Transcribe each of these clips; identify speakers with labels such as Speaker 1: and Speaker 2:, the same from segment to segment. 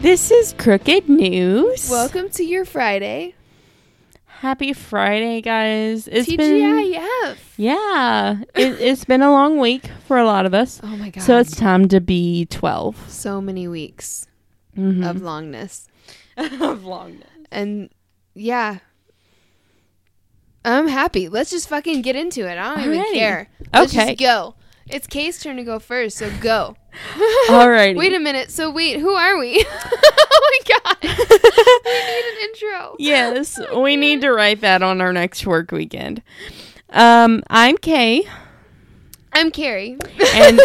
Speaker 1: This is Crooked News.
Speaker 2: Welcome to your Friday.
Speaker 1: Happy Friday, guys. It's been
Speaker 2: TGIF.
Speaker 1: yeah, it, it's been a long week for a lot of us.
Speaker 2: Oh my god.
Speaker 1: So it's time to be 12
Speaker 2: so many weeks of longness.
Speaker 1: Mm-hmm. of longness.
Speaker 2: And yeah. I'm happy. Let's just fucking get into it. I don't even
Speaker 1: Alrighty.
Speaker 2: care. Let's
Speaker 1: Okay.
Speaker 2: just go. It's Kay's turn to go first, so go.
Speaker 1: Alrighty.
Speaker 2: Wait a minute. So wait, who are we? oh my god. we need an intro.
Speaker 1: Yes, we need to write that on our next work weekend. Um, I'm Kay,
Speaker 2: I'm Carrie.
Speaker 1: and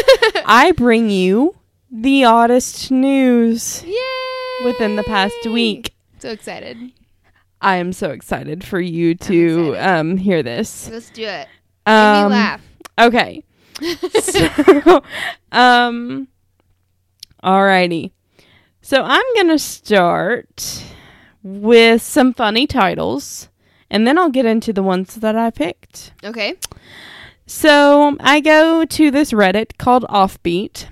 Speaker 1: I bring you the oddest news
Speaker 2: Yay!
Speaker 1: within the past week.
Speaker 2: So excited.
Speaker 1: I am so excited for you to
Speaker 2: excited.
Speaker 1: um, hear this.
Speaker 2: Let's do it. Make
Speaker 1: Um,
Speaker 2: me laugh.
Speaker 1: Okay. so, um, alrighty. So I'm gonna start with some funny titles, and then I'll get into the ones that I picked.
Speaker 2: Okay.
Speaker 1: So I go to this Reddit called Offbeat.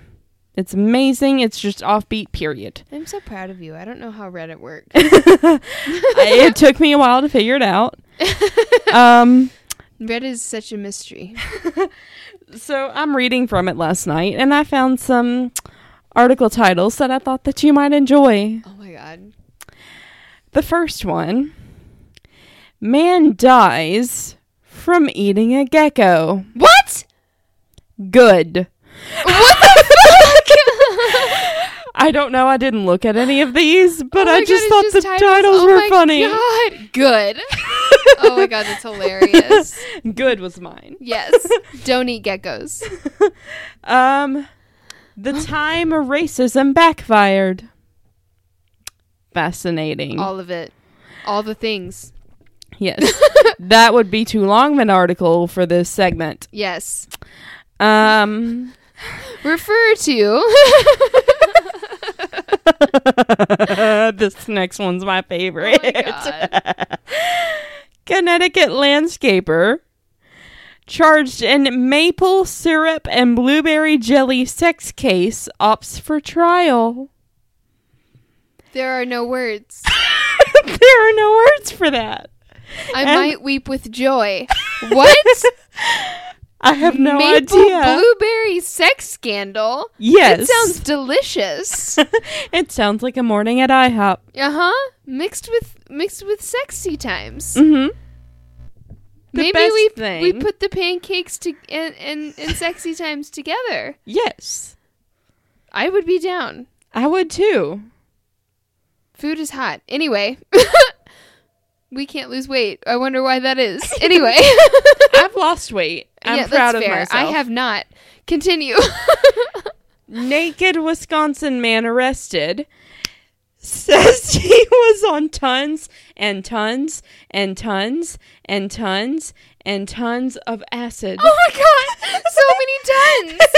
Speaker 1: It's amazing. It's just offbeat. Period.
Speaker 2: I'm so proud of you. I don't know how Reddit works.
Speaker 1: it took me a while to figure it out. Um.
Speaker 2: Reddit is such a mystery.
Speaker 1: So I'm reading from it last night, and I found some article titles that I thought that you might enjoy.
Speaker 2: Oh my god.
Speaker 1: The first one: Man dies from eating a gecko.
Speaker 2: What?
Speaker 1: Good.
Speaker 2: What the fuck?
Speaker 1: I don't know. I didn't look at any of these, but
Speaker 2: Oh my
Speaker 1: I
Speaker 2: God,
Speaker 1: just
Speaker 2: it's
Speaker 1: thought the
Speaker 2: titles.
Speaker 1: titles,
Speaker 2: Oh
Speaker 1: were
Speaker 2: my
Speaker 1: funny.
Speaker 2: God. Good. oh my god, that's hilarious.
Speaker 1: Good was mine.
Speaker 2: Yes. Don't eat geckos.
Speaker 1: Um, the time racism backfired. Fascinating.
Speaker 2: All of it. All the things.
Speaker 1: Yes, that would be too long of an article for this segment.
Speaker 2: Yes.
Speaker 1: Um,
Speaker 2: Refer to.
Speaker 1: this next one's my favorite.
Speaker 2: Oh my God.
Speaker 1: Connecticut landscaper charged in maple syrup and blueberry jelly sex case opts for trial.
Speaker 2: there are no words.
Speaker 1: there are no words for that.
Speaker 2: I
Speaker 1: And-
Speaker 2: might weep with joy. What?
Speaker 1: I have no
Speaker 2: Maple
Speaker 1: idea.
Speaker 2: blueberry sex scandal.
Speaker 1: yes.
Speaker 2: It sounds delicious.
Speaker 1: it sounds like a morning at IHOP.
Speaker 2: Uh huh. Mixed with mixed with sexy times.
Speaker 1: Mm-hmm. the
Speaker 2: Maybe
Speaker 1: best
Speaker 2: we
Speaker 1: thing.
Speaker 2: we put the pancakes to and, and and sexy times together.
Speaker 1: Yes.
Speaker 2: I would be down.
Speaker 1: I would too.
Speaker 2: Food is hot. Anyway, we can't lose weight. I wonder why that is. Anyway,
Speaker 1: I've lost weight. I'm
Speaker 2: Yeah,
Speaker 1: proud of
Speaker 2: fair.
Speaker 1: myself.
Speaker 2: I have not. Continue.
Speaker 1: naked Wisconsin man arrested says he was on tons and tons and tons and tons and tons of acid.
Speaker 2: oh my god, so many tons.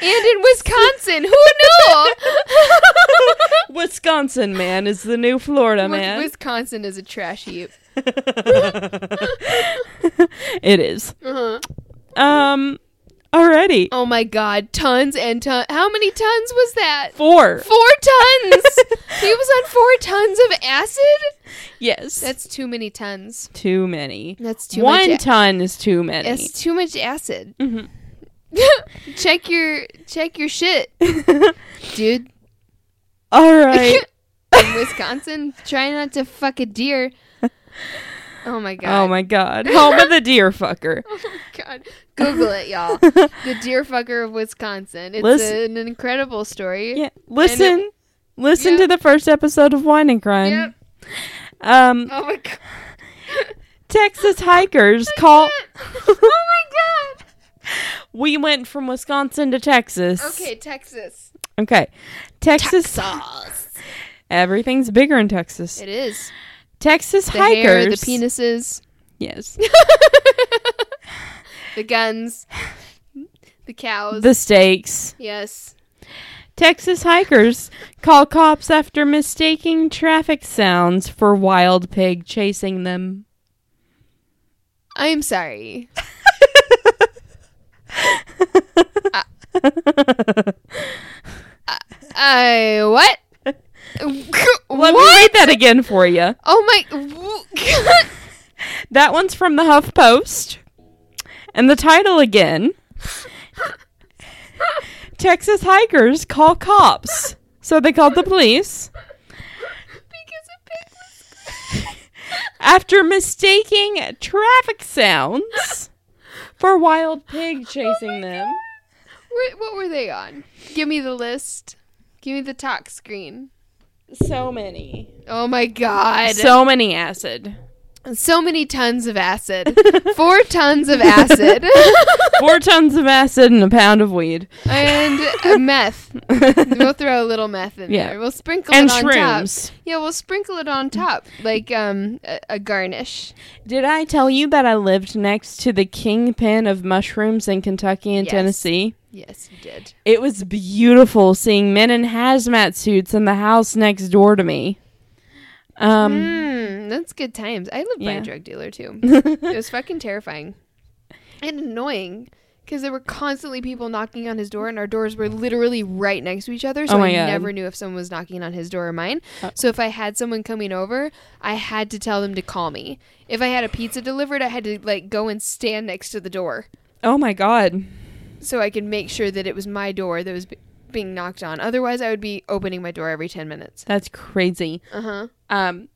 Speaker 2: and in Wisconsin, who knew?
Speaker 1: Wisconsin man is the new Florida
Speaker 2: Wis-
Speaker 1: man.
Speaker 2: Wisconsin is a trash heap.
Speaker 1: it is.
Speaker 2: Uh-huh.
Speaker 1: Um already.
Speaker 2: Oh my god, tons and tons. How many tons was that?
Speaker 1: Four.
Speaker 2: Four tons. he was on four tons of acid.
Speaker 1: Yes. That's
Speaker 2: That's too many tons.
Speaker 1: too many.
Speaker 2: That's too
Speaker 1: One
Speaker 2: much.
Speaker 1: ton is too many.
Speaker 2: That's too much acid.
Speaker 1: Mhm.
Speaker 2: check your check your shit, dude.
Speaker 1: All right.
Speaker 2: In Wisconsin, try not to fuck a deer. Oh my god.
Speaker 1: Oh my god. Home of the deer fucker.
Speaker 2: Oh my god. Google it, y'all. the deer fucker of Wisconsin. It's
Speaker 1: Listen-
Speaker 2: an incredible story.
Speaker 1: Yeah. Listen. listen
Speaker 2: Yeah.
Speaker 1: to the first episode of Wine and Crime.
Speaker 2: Yep.
Speaker 1: Um
Speaker 2: Oh my god.
Speaker 1: Texas hikers call
Speaker 2: oh my god.
Speaker 1: We went from Wisconsin to Texas.
Speaker 2: Okay, Texas.
Speaker 1: Okay. Texas
Speaker 2: Sauce.
Speaker 1: everything's bigger in Texas.
Speaker 2: It is.
Speaker 1: Texas
Speaker 2: The
Speaker 1: hikers.
Speaker 2: hair, the penises,
Speaker 1: Yes.
Speaker 2: the guns, the cows.
Speaker 1: the stakes.
Speaker 2: yes.
Speaker 1: Texas hikers call cops after mistaking traffic sounds for wild pig chasing them.
Speaker 2: I'm sorry. I what?
Speaker 1: Let
Speaker 2: what?
Speaker 1: me read that again for you.
Speaker 2: Oh my.
Speaker 1: That one's from the HuffPost. And the title again Texas hikers call cops. So they called the police
Speaker 2: because it picks.
Speaker 1: after mistaking traffic sounds for wild pig chasing them.
Speaker 2: Where, what were they on? Give me the list. Give me the talk screen.
Speaker 1: So many.
Speaker 2: Oh my god. So,
Speaker 1: So many acid.
Speaker 2: many tons of acid. Four tons of acid.
Speaker 1: Four tons of acid and a pound of weed.
Speaker 2: and uh, meth. We'll throw a little meth in
Speaker 1: Yeah.
Speaker 2: there. We'll sprinkle
Speaker 1: and
Speaker 2: it on
Speaker 1: shrooms.
Speaker 2: top. Yeah, we'll sprinkle it on top like um a, a garnish.
Speaker 1: Did I tell you that I lived next to the kingpin of mushrooms in Kentucky and
Speaker 2: Yes.
Speaker 1: Tennessee?
Speaker 2: Yes, you did.
Speaker 1: It was beautiful seeing men in hazmat suits in the house next door to me. Um,
Speaker 2: Mm, that's good times. I lived by
Speaker 1: Yeah.
Speaker 2: a drug dealer too. it was fucking terrifying and annoying because there were constantly people knocking on his door, and our doors were literally right next to each other. So
Speaker 1: Oh my
Speaker 2: I
Speaker 1: God. Uh.
Speaker 2: never knew if someone was knocking on his door or mine. so if I had someone coming over, I had to tell them to call me. If I had a pizza delivered, I had to like go and stand next to the door
Speaker 1: oh my god.
Speaker 2: so I could make sure that it was my door that was b- being knocked on. Otherwise, I would be opening my door every ten minutes.
Speaker 1: That's crazy.
Speaker 2: Uh huh.
Speaker 1: Um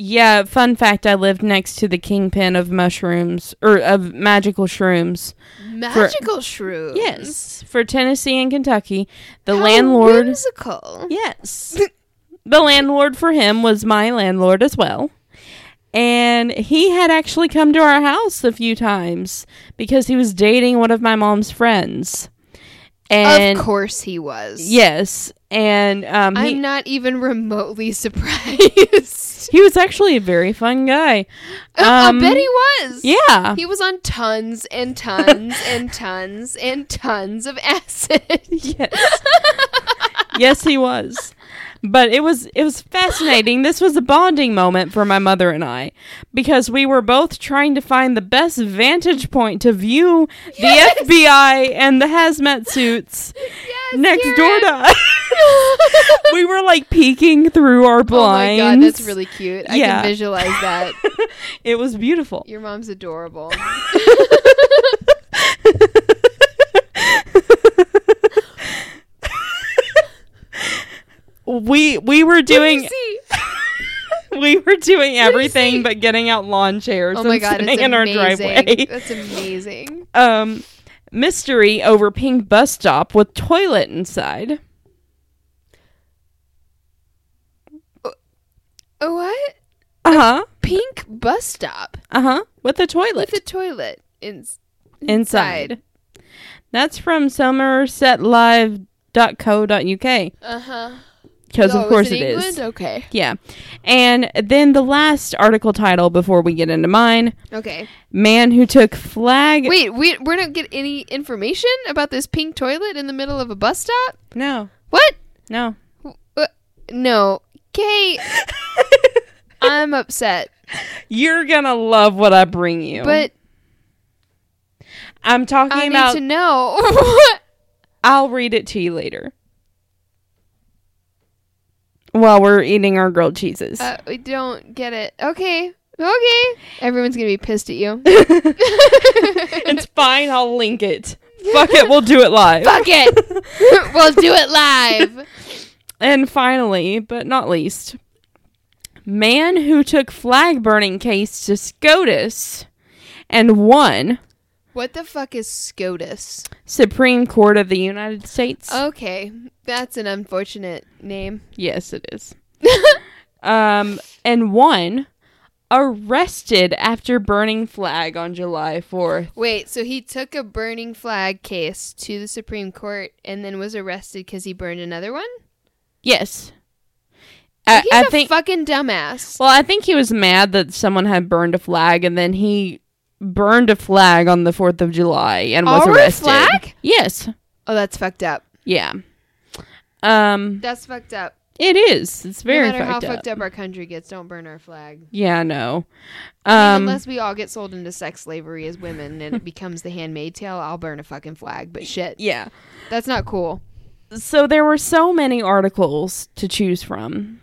Speaker 1: yeah, fun fact I lived next to the kingpin of mushrooms or of magical shrooms.
Speaker 2: Magical shrooms.
Speaker 1: For Tennessee and Kentucky, the
Speaker 2: How
Speaker 1: landlord
Speaker 2: whimsical.
Speaker 1: Yes. the landlord for him was my landlord as well. And he had actually come to our house a few times because he was dating one of my mom's friends. And
Speaker 2: of course he was.
Speaker 1: yes, and um he,
Speaker 2: I'm not even remotely surprised.
Speaker 1: he was actually a very fun guy.
Speaker 2: I
Speaker 1: Um,
Speaker 2: bet he was.
Speaker 1: Yeah.
Speaker 2: He was on tons and tons and tons and tons of acid.
Speaker 1: yes. yes, he was. But it was it was fascinating. This was a bonding moment for my mother and I because we were both trying to find the best vantage point to view the FBI and the hazmat suits
Speaker 2: yes,
Speaker 1: next door
Speaker 2: Karen.
Speaker 1: to us. we were like peeking through our
Speaker 2: Oh my
Speaker 1: blinds.
Speaker 2: god, that's really cute. I
Speaker 1: Yeah.
Speaker 2: can visualize that.
Speaker 1: It was beautiful.
Speaker 2: Your mom's adorable.
Speaker 1: we we were doing
Speaker 2: See?
Speaker 1: we were doing everything
Speaker 2: see?
Speaker 1: but getting out lawn chairs
Speaker 2: Oh my
Speaker 1: and
Speaker 2: god,
Speaker 1: sitting
Speaker 2: it's
Speaker 1: in our
Speaker 2: amazing.
Speaker 1: driveway.
Speaker 2: That's amazing.
Speaker 1: um mystery over pink bus stop with toilet inside
Speaker 2: Oh, what?
Speaker 1: uh-huh
Speaker 2: Pink bus stop
Speaker 1: uh-huh with a toilet
Speaker 2: with a toilet in-
Speaker 1: inside. that's from somersetlive.co.uk
Speaker 2: Uh huh.
Speaker 1: because
Speaker 2: Oh,
Speaker 1: of
Speaker 2: is
Speaker 1: course
Speaker 2: it
Speaker 1: it is
Speaker 2: England? Okay.
Speaker 1: yeah and then the last article title before we get into mine
Speaker 2: Okay.
Speaker 1: man who took flag
Speaker 2: Wait, we we're not get any information about this pink toilet in the middle of a bus stop.
Speaker 1: no
Speaker 2: What?
Speaker 1: no
Speaker 2: Uh, no, Kate. I'm upset,
Speaker 1: you're gonna love what i bring you
Speaker 2: but
Speaker 1: i'm talking
Speaker 2: I need
Speaker 1: about
Speaker 2: to know.
Speaker 1: I'll read it to you later. While we're eating our grilled cheeses.
Speaker 2: uh, we don't get it. Okay. Okay. Everyone's gonna be pissed at you.
Speaker 1: it's fine, I'll link it. Fuck it, we'll do it live.
Speaker 2: Fuck it. we'll do it live.
Speaker 1: And finally, but not least, man who took flag burning case to SCOTUS and won
Speaker 2: What the fuck is SCOTUS?
Speaker 1: Supreme Court of the United States.
Speaker 2: Okay, that's an unfortunate name.
Speaker 1: Yes, it is. um, and won arrested after burning flag on July 4th.
Speaker 2: Wait, so he took a burning flag case to the Supreme Court and then was arrested because he burned another one?
Speaker 1: Yes. I,
Speaker 2: He's
Speaker 1: I
Speaker 2: a
Speaker 1: think.
Speaker 2: fucking dumbass.
Speaker 1: well, I think he was mad that someone had burned a flag, and then he burned a flag on the Fourth of July and was
Speaker 2: Our
Speaker 1: arrested.
Speaker 2: flag?
Speaker 1: Yes.
Speaker 2: Oh, that's fucked up.
Speaker 1: Yeah. Um.
Speaker 2: That's fucked up.
Speaker 1: It is. It's very
Speaker 2: no matter
Speaker 1: fucked,
Speaker 2: how
Speaker 1: up.
Speaker 2: fucked up our country gets, don't burn our flag.
Speaker 1: Yeah. No. Um.
Speaker 2: Unless we all get sold into sex slavery as women and it becomes the handmaid tale, I'll burn a fucking flag. But shit,
Speaker 1: yeah.
Speaker 2: that's not cool.
Speaker 1: so there were so many articles to choose from.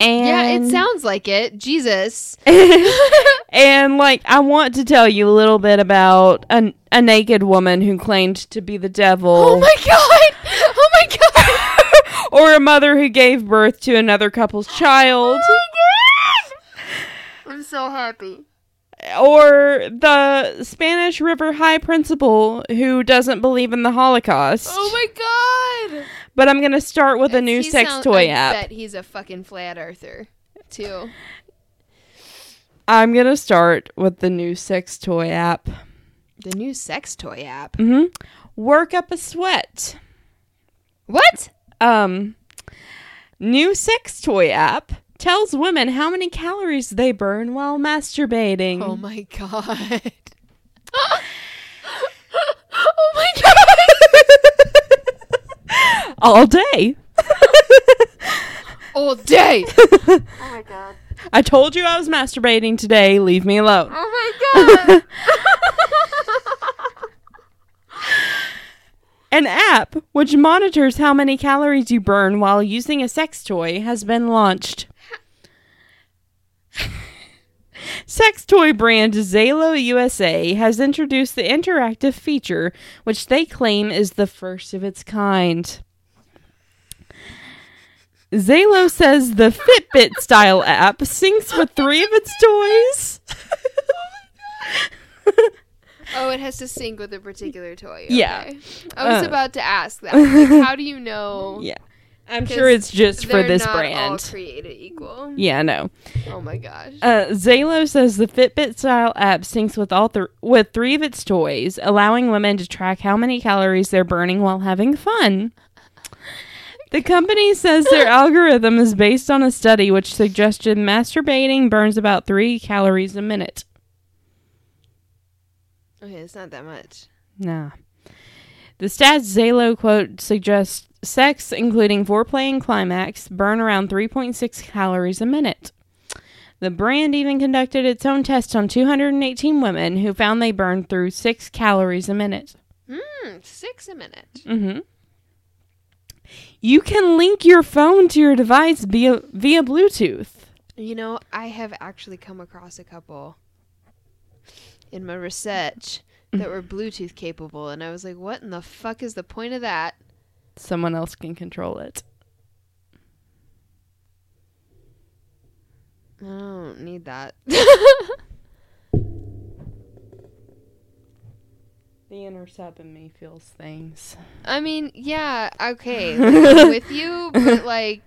Speaker 1: And
Speaker 2: yeah, it sounds like it. Jesus.
Speaker 1: and like I want to tell you a little bit about a, a naked woman who claimed to be the devil
Speaker 2: Oh my god. Oh my god.
Speaker 1: or a mother who gave birth to another couple's child
Speaker 2: Oh I'm so happy.
Speaker 1: or the Spanish River High principal who doesn't believe in the Holocaust.
Speaker 2: Oh my god.
Speaker 1: but I'm going to start with a new
Speaker 2: He
Speaker 1: sex
Speaker 2: sound-
Speaker 1: toy
Speaker 2: I
Speaker 1: app.
Speaker 2: Bet he's a fucking flat earther too.
Speaker 1: I'm going to start with the new sex toy app.
Speaker 2: The new sex toy app.
Speaker 1: hmm Work up a sweat.
Speaker 2: What?
Speaker 1: Um, new sex toy app tells women how many calories they burn while masturbating.
Speaker 2: Oh my god. oh my god.
Speaker 1: All day.
Speaker 2: All day.
Speaker 1: I told you I was masturbating today. Leave me alone.
Speaker 2: Oh my god.
Speaker 1: An app which monitors how many calories you burn while using a sex toy has been launched. sex toy brand Zalo USA has introduced the interactive feature, which they claim is the first of its kind. Zalo says the Fitbit style app syncs with three of its toys.
Speaker 2: Oh, it has to sync with a particular toy.
Speaker 1: Yeah.
Speaker 2: okay. I was
Speaker 1: Uh.
Speaker 2: about to ask that. Like, how do you know?
Speaker 1: yeah. I'm sure it's just for
Speaker 2: they're
Speaker 1: this
Speaker 2: not All
Speaker 1: brand.
Speaker 2: created equal.
Speaker 1: yeah, no.
Speaker 2: Oh my gosh.
Speaker 1: Uh, Zalo says the Fitbit style app syncs with all thr with three of its toys, allowing women to track how many calories they're burning while having fun. The company says their algorithm is based on a study which suggested masturbating burns about three calories a minute.
Speaker 2: Okay, it's not that much.
Speaker 1: Nah. The stats Zalo quote suggests sex, including foreplay and climax, burn around 3.6 calories a minute. The brand even conducted its own test on 218 women who found they burned through six calories a minute.
Speaker 2: Mm, six a minute.
Speaker 1: Mm-hmm. You can link your phone to your device via, via Bluetooth.
Speaker 2: You know, I have actually come across a couple in my research
Speaker 1: Mm.
Speaker 2: that were Bluetooth capable, and I was like, what in the fuck is the point of that?
Speaker 1: Someone else can control it.
Speaker 2: I don't need that.
Speaker 1: The inner sub in me feels things.
Speaker 2: I mean, yeah, okay, like, I'm with you, but like,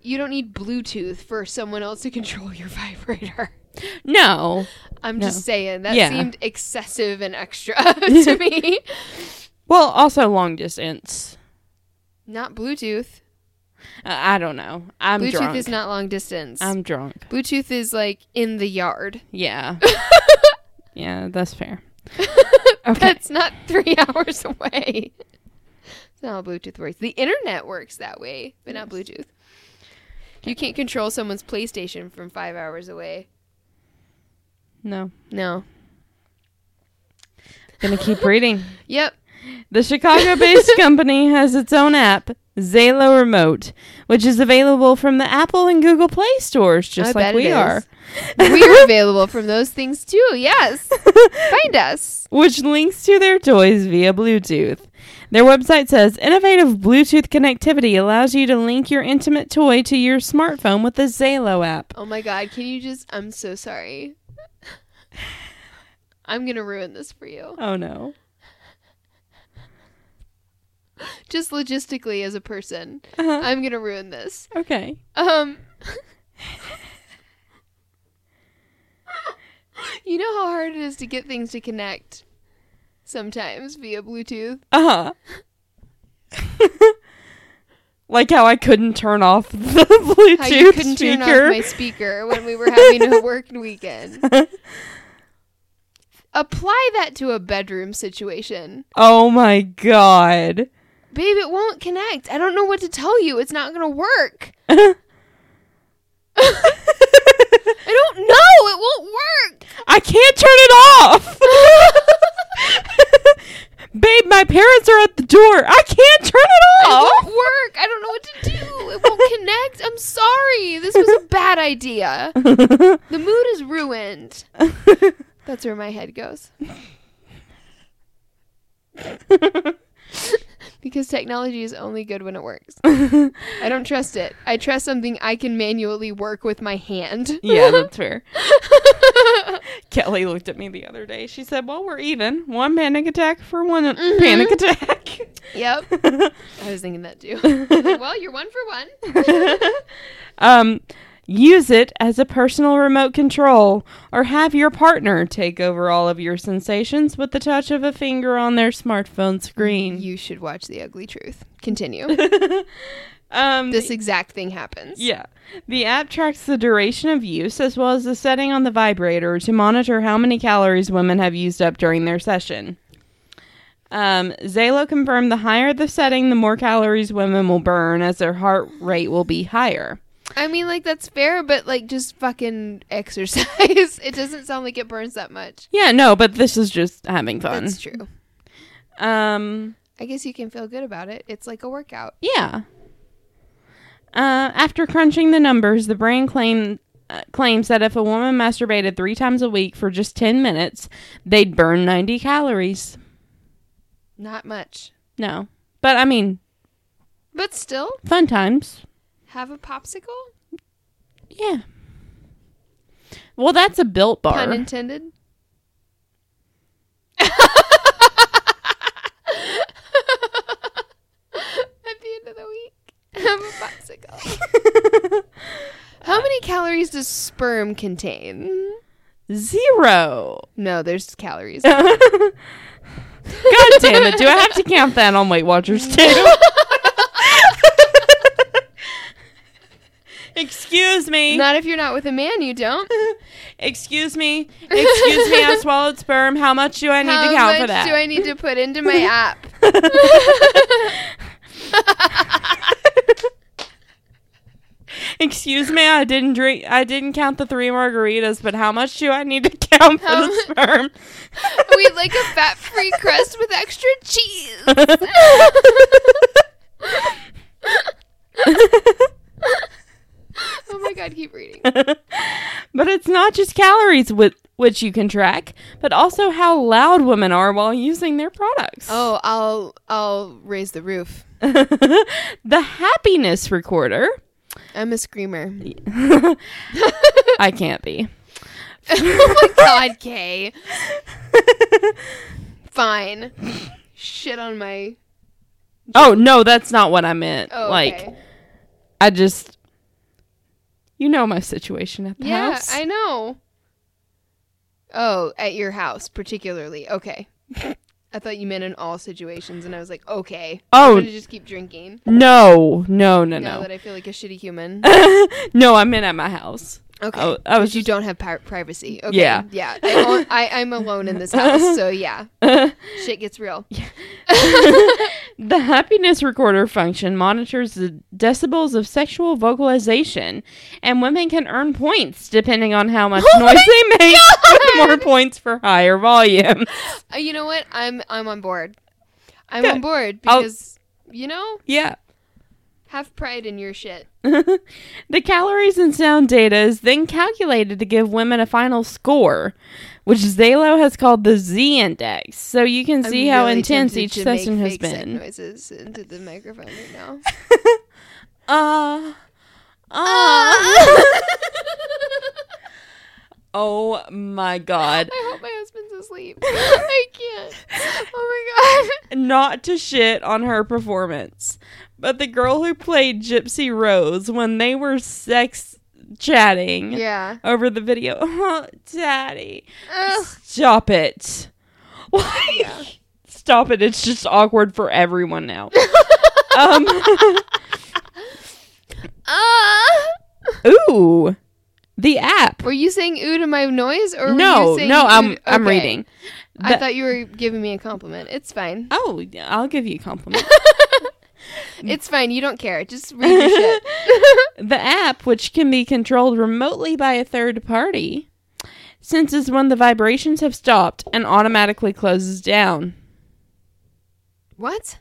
Speaker 2: you don't need Bluetooth for someone else to control your vibrator.
Speaker 1: No.
Speaker 2: I'm
Speaker 1: No.
Speaker 2: just saying that
Speaker 1: Yeah.
Speaker 2: seemed excessive and extra to me.
Speaker 1: Well, also long distance.
Speaker 2: Not Bluetooth.
Speaker 1: Uh, I don't know. I'm
Speaker 2: Bluetooth
Speaker 1: drunk.
Speaker 2: is not long distance.
Speaker 1: I'm drunk.
Speaker 2: Bluetooth is like in the yard.
Speaker 1: Yeah. yeah, that's fair. Okay.
Speaker 2: That's not three hours away. It's not how Bluetooth works. The internet works that way, but not Bluetooth. You can't control someone's PlayStation from five hours away.
Speaker 1: No.
Speaker 2: No.
Speaker 1: Gonna keep reading.
Speaker 2: Yep.
Speaker 1: The Chicago based company has its own app, Zalo Remote, which is available from the Apple and Google Play stores, just
Speaker 2: I
Speaker 1: like
Speaker 2: bet
Speaker 1: we
Speaker 2: it is.
Speaker 1: are.
Speaker 2: We're available from those things too. Yes. Find us.
Speaker 1: which links to their toys via Bluetooth. Their website says innovative Bluetooth connectivity allows you to link your intimate toy to your smartphone with the Zalo app.
Speaker 2: Oh my god, can you just I'm so sorry. I'm going to ruin this for you.
Speaker 1: Oh no.
Speaker 2: Just logistically as a person,
Speaker 1: Uh-huh.
Speaker 2: I'm going to ruin this.
Speaker 1: Okay.
Speaker 2: Um. you know how hard it is to get things to connect sometimes via Bluetooth?
Speaker 1: Uh huh. like how I couldn't turn off the Bluetooth
Speaker 2: How you couldn't
Speaker 1: speaker.
Speaker 2: turn off my speaker when we were having a work weekend. Apply that to a bedroom situation.
Speaker 1: oh my god.
Speaker 2: Babe, it won't connect. I don't know what to tell you. It's not going to work. I don't know. It won't work.
Speaker 1: I can't turn it off. Babe, my parents are at the door. I can't turn
Speaker 2: Julia. The mood is ruined. That's where my head goes. because technology is only good when it works. I don't trust it. I trust something I can manually work with my hand.
Speaker 1: yeah, that's fair. Kelly looked at me the other day. She said, "Well, we're even. One panic attack for one panic attack."
Speaker 2: Yep. I was thinking that too. I was like, well, you're one for one.
Speaker 1: um, use it as a personal remote control, or have your partner take over all of your sensations with the touch of a finger on their smartphone screen.
Speaker 2: You should watch The Ugly Truth. Continue.
Speaker 1: Um,
Speaker 2: this exact thing happens.
Speaker 1: yeah, the app tracks the duration of use as well as the setting on the vibrator to monitor how many calories women have used up during their session. Um, Zalo confirmed the higher the setting, the more calories women will burn, as their heart rate will be higher.
Speaker 2: I mean, like, that's fair, but, like, just fucking exercise. it doesn't sound like it burns that much.
Speaker 1: Yeah, no, but this is just having fun.
Speaker 2: That's true.
Speaker 1: Um,
Speaker 2: I guess you can feel good about it. It's like a workout.
Speaker 1: yeah. Uh, after crunching the numbers, the brain claim, uh, claims that if a woman masturbated three times a week for just 10 minutes, they'd burn 90 calories.
Speaker 2: Not much.
Speaker 1: No. But I mean,
Speaker 2: But still,
Speaker 1: fun times.
Speaker 2: have a popsicle?
Speaker 1: Yeah. Well, that's a built bar.
Speaker 2: Pun intended. At the end of the week, have a popsicle. How many calories does sperm
Speaker 1: Mm-hmm.
Speaker 2: contain?
Speaker 1: Zero.
Speaker 2: No, there's calories.
Speaker 1: God damn it. Do I have to count that on Weight Watchers too? Excuse me.
Speaker 2: Not if you're not with a man, you don't.
Speaker 1: Excuse me. Excuse me. I swallowed sperm. How much do I need
Speaker 2: How
Speaker 1: to count
Speaker 2: much
Speaker 1: for that?
Speaker 2: do I need to put into my app?
Speaker 1: Excuse me. I didn't drink. I didn't count the three margaritas, but how much do I need to count for
Speaker 2: How
Speaker 1: the sperm?
Speaker 2: We'd like a fat-free crust with extra cheese. Oh my god, keep reading.
Speaker 1: but it's not just calories with which you can track, but also how loud women are while using their products.
Speaker 2: Oh, I'll I'll raise the roof.
Speaker 1: the happiness recorder.
Speaker 2: I'm a screamer.
Speaker 1: I can't be.
Speaker 2: oh my god, Kay. Fine. Shit on my
Speaker 1: Oh no, that's not what I meant.
Speaker 2: oh,
Speaker 1: Like
Speaker 2: okay.
Speaker 1: I just, you know my situation at the
Speaker 2: Yeah,
Speaker 1: house.
Speaker 2: I know. Oh, at your house particularly. Okay. I thought you meant in all situations and I was like, okay. I'm
Speaker 1: oh
Speaker 2: gonna just keep drinking.
Speaker 1: no, no, no,
Speaker 2: Now
Speaker 1: no,
Speaker 2: that I feel like a shitty human.
Speaker 1: no! I meant at my house.
Speaker 2: Okay.
Speaker 1: Oh, I was
Speaker 2: you don't have pri- privacy. Okay.
Speaker 1: Yeah.
Speaker 2: Yeah. I, own- I, I'm alone in this house, so yeah. Shit gets real.
Speaker 1: The happiness recorder function monitors the decibels of sexual vocalization, and women can earn points depending on how much
Speaker 2: Oh my
Speaker 1: noise they make, with more points for higher volume.
Speaker 2: Uh, you know what? I'm I'm on board. I'm
Speaker 1: Good.
Speaker 2: on board
Speaker 1: I'll-
Speaker 2: because you know
Speaker 1: Yeah.
Speaker 2: have pride in your shit.
Speaker 1: the calories and sound data is then calculated to give women a final score, which Zalo has called the Z index. So you can
Speaker 2: I'm
Speaker 1: see how
Speaker 2: really
Speaker 1: intense
Speaker 2: tempted
Speaker 1: each
Speaker 2: to make
Speaker 1: session has
Speaker 2: fake sex
Speaker 1: been.
Speaker 2: Noises into the microphone right now.
Speaker 1: Uh, uh.
Speaker 2: Ah.
Speaker 1: oh my god.
Speaker 2: I hope my husband's asleep. I can't. Oh my
Speaker 1: Not to shit on her performance, but the girl who played Gypsy Rose when they were sex chatting
Speaker 2: god. Yeah.
Speaker 1: over the video. Oh, daddy.
Speaker 2: Ugh.
Speaker 1: Stop it. Why? Stop it. It's just awkward for everyone now. um,
Speaker 2: Ah!
Speaker 1: ooh, the app.
Speaker 2: Were you saying ooh to my noise or were
Speaker 1: No,
Speaker 2: you saying
Speaker 1: no,
Speaker 2: ooh
Speaker 1: I'm
Speaker 2: to-
Speaker 1: I'm
Speaker 2: Okay.
Speaker 1: reading.
Speaker 2: I
Speaker 1: The-
Speaker 2: thought you were giving me a compliment. It's fine.
Speaker 1: Oh, yeah, I'll give you a compliment. Mm.
Speaker 2: It's fine. You don't care. Just read your shit.
Speaker 1: the app, which can be controlled remotely by a third party, senses when the vibrations have stopped and automatically closes down.
Speaker 2: What?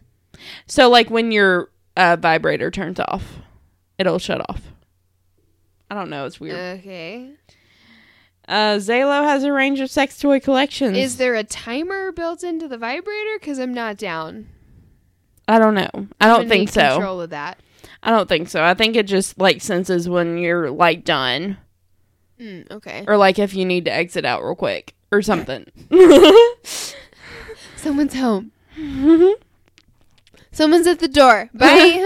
Speaker 1: So, like when your uh, vibrator turns off, it'll shut off I don't know. It's weird.
Speaker 2: Okay.
Speaker 1: Uh, Zalo has a range of sex toy collections.
Speaker 2: Is there a timer built into the vibrator? Because I'm not down.
Speaker 1: I don't know. I don't
Speaker 2: Couldn't
Speaker 1: think
Speaker 2: be
Speaker 1: so.
Speaker 2: Control of that.
Speaker 1: I don't think so. I think it just like senses when you're like done
Speaker 2: Mm, okay.
Speaker 1: or like if you need to exit out real quick or something.
Speaker 2: Someone's home. Someone's at the door. Bye.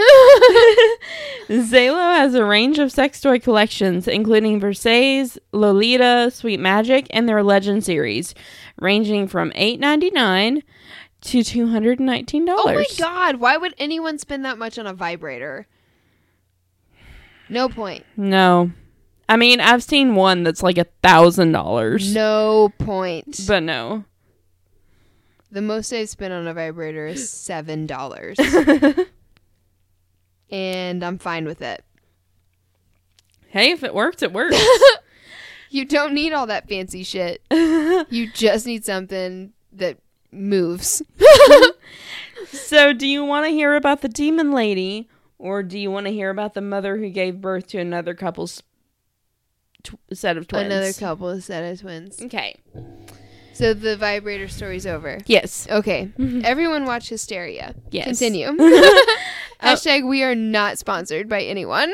Speaker 1: Zalo has a range of sex toy collections, including Versailles, Lolita, Sweet Magic, and their Legend series, ranging from eight ninety nine to two hundred and nineteen
Speaker 2: oh my
Speaker 1: dollars.
Speaker 2: god! Why would anyone spend that much on a vibrator? No point.
Speaker 1: No, I mean I've seen one that's like a thousand dollars,
Speaker 2: No point.
Speaker 1: but no.
Speaker 2: the most I've spent on a vibrator is seven dollars, and I'm fine with it.
Speaker 1: hey, if it works, it works.
Speaker 2: You don't need all that fancy shit. You just need something that moves.
Speaker 1: So, do you want to hear about the demon lady, or do you want to hear about the mother who gave birth to another couple's tw- set of twins?
Speaker 2: Another couple of set of twins.
Speaker 1: Okay.
Speaker 2: So the vibrator story's over.
Speaker 1: Yes.
Speaker 2: Okay. Everyone watch Hysteria.
Speaker 1: Mm-hmm. Yes. Uh,
Speaker 2: Continue. Hashtag we are not sponsored by anyone.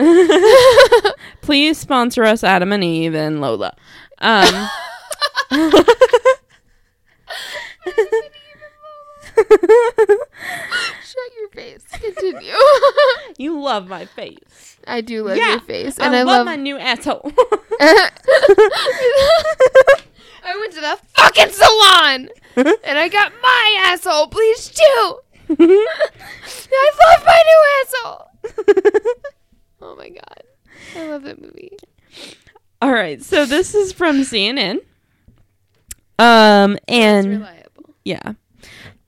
Speaker 1: Please sponsor us, Adam and Eve and Lola. Um,
Speaker 2: Shut your face. Continue.
Speaker 1: you love my face.
Speaker 2: I do love
Speaker 1: Yeah,
Speaker 2: your face. And
Speaker 1: I,
Speaker 2: I,
Speaker 1: love,
Speaker 2: love,
Speaker 1: my new asshole.
Speaker 2: I went to the fucking salon and I got my asshole bleached too. I love my new asshole. Oh my god. I love that movie.
Speaker 1: All right. So this is from CNN. Um
Speaker 2: It's
Speaker 1: and.
Speaker 2: reliable.
Speaker 1: Yeah.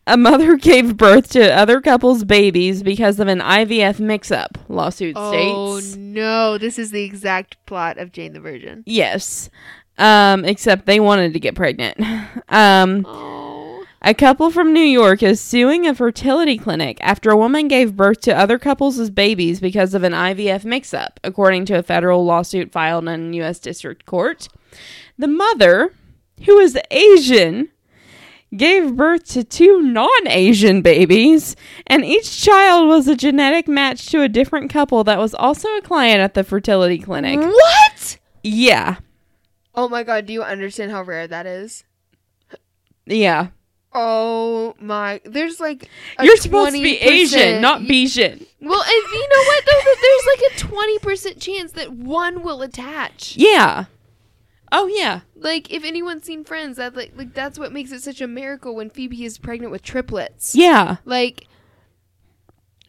Speaker 1: A mother gave birth to other couple's babies because of an IVF mix up, lawsuit
Speaker 2: Oh
Speaker 1: states.
Speaker 2: no, this is the exact plot of Jane the Virgin.
Speaker 1: Yes. Um, except they wanted to get pregnant. Um,
Speaker 2: Oh.
Speaker 1: a couple from New York is suing a fertility clinic after a woman gave birth to other couples' babies because of an IVF mix up, according to a federal lawsuit filed in U.S. District Court. The mother, who is Asian, gave birth to two non Asian babies, and each child was a genetic match to a different couple that was also a client at the fertility clinic.
Speaker 2: What?
Speaker 1: Yeah.
Speaker 2: Oh my god, do you understand how rare that is?
Speaker 1: Yeah.
Speaker 2: Oh my, there's like a
Speaker 1: You're supposed to be
Speaker 2: 20%
Speaker 1: Asian, not Bijan.
Speaker 2: Well, and you know what though? That there's like a twenty percent chance that one will attach.
Speaker 1: Yeah. Oh, yeah.
Speaker 2: Like if anyone's seen Friends, that like like that's what makes it such a miracle when Phoebe is pregnant with triplets.
Speaker 1: Yeah.
Speaker 2: Like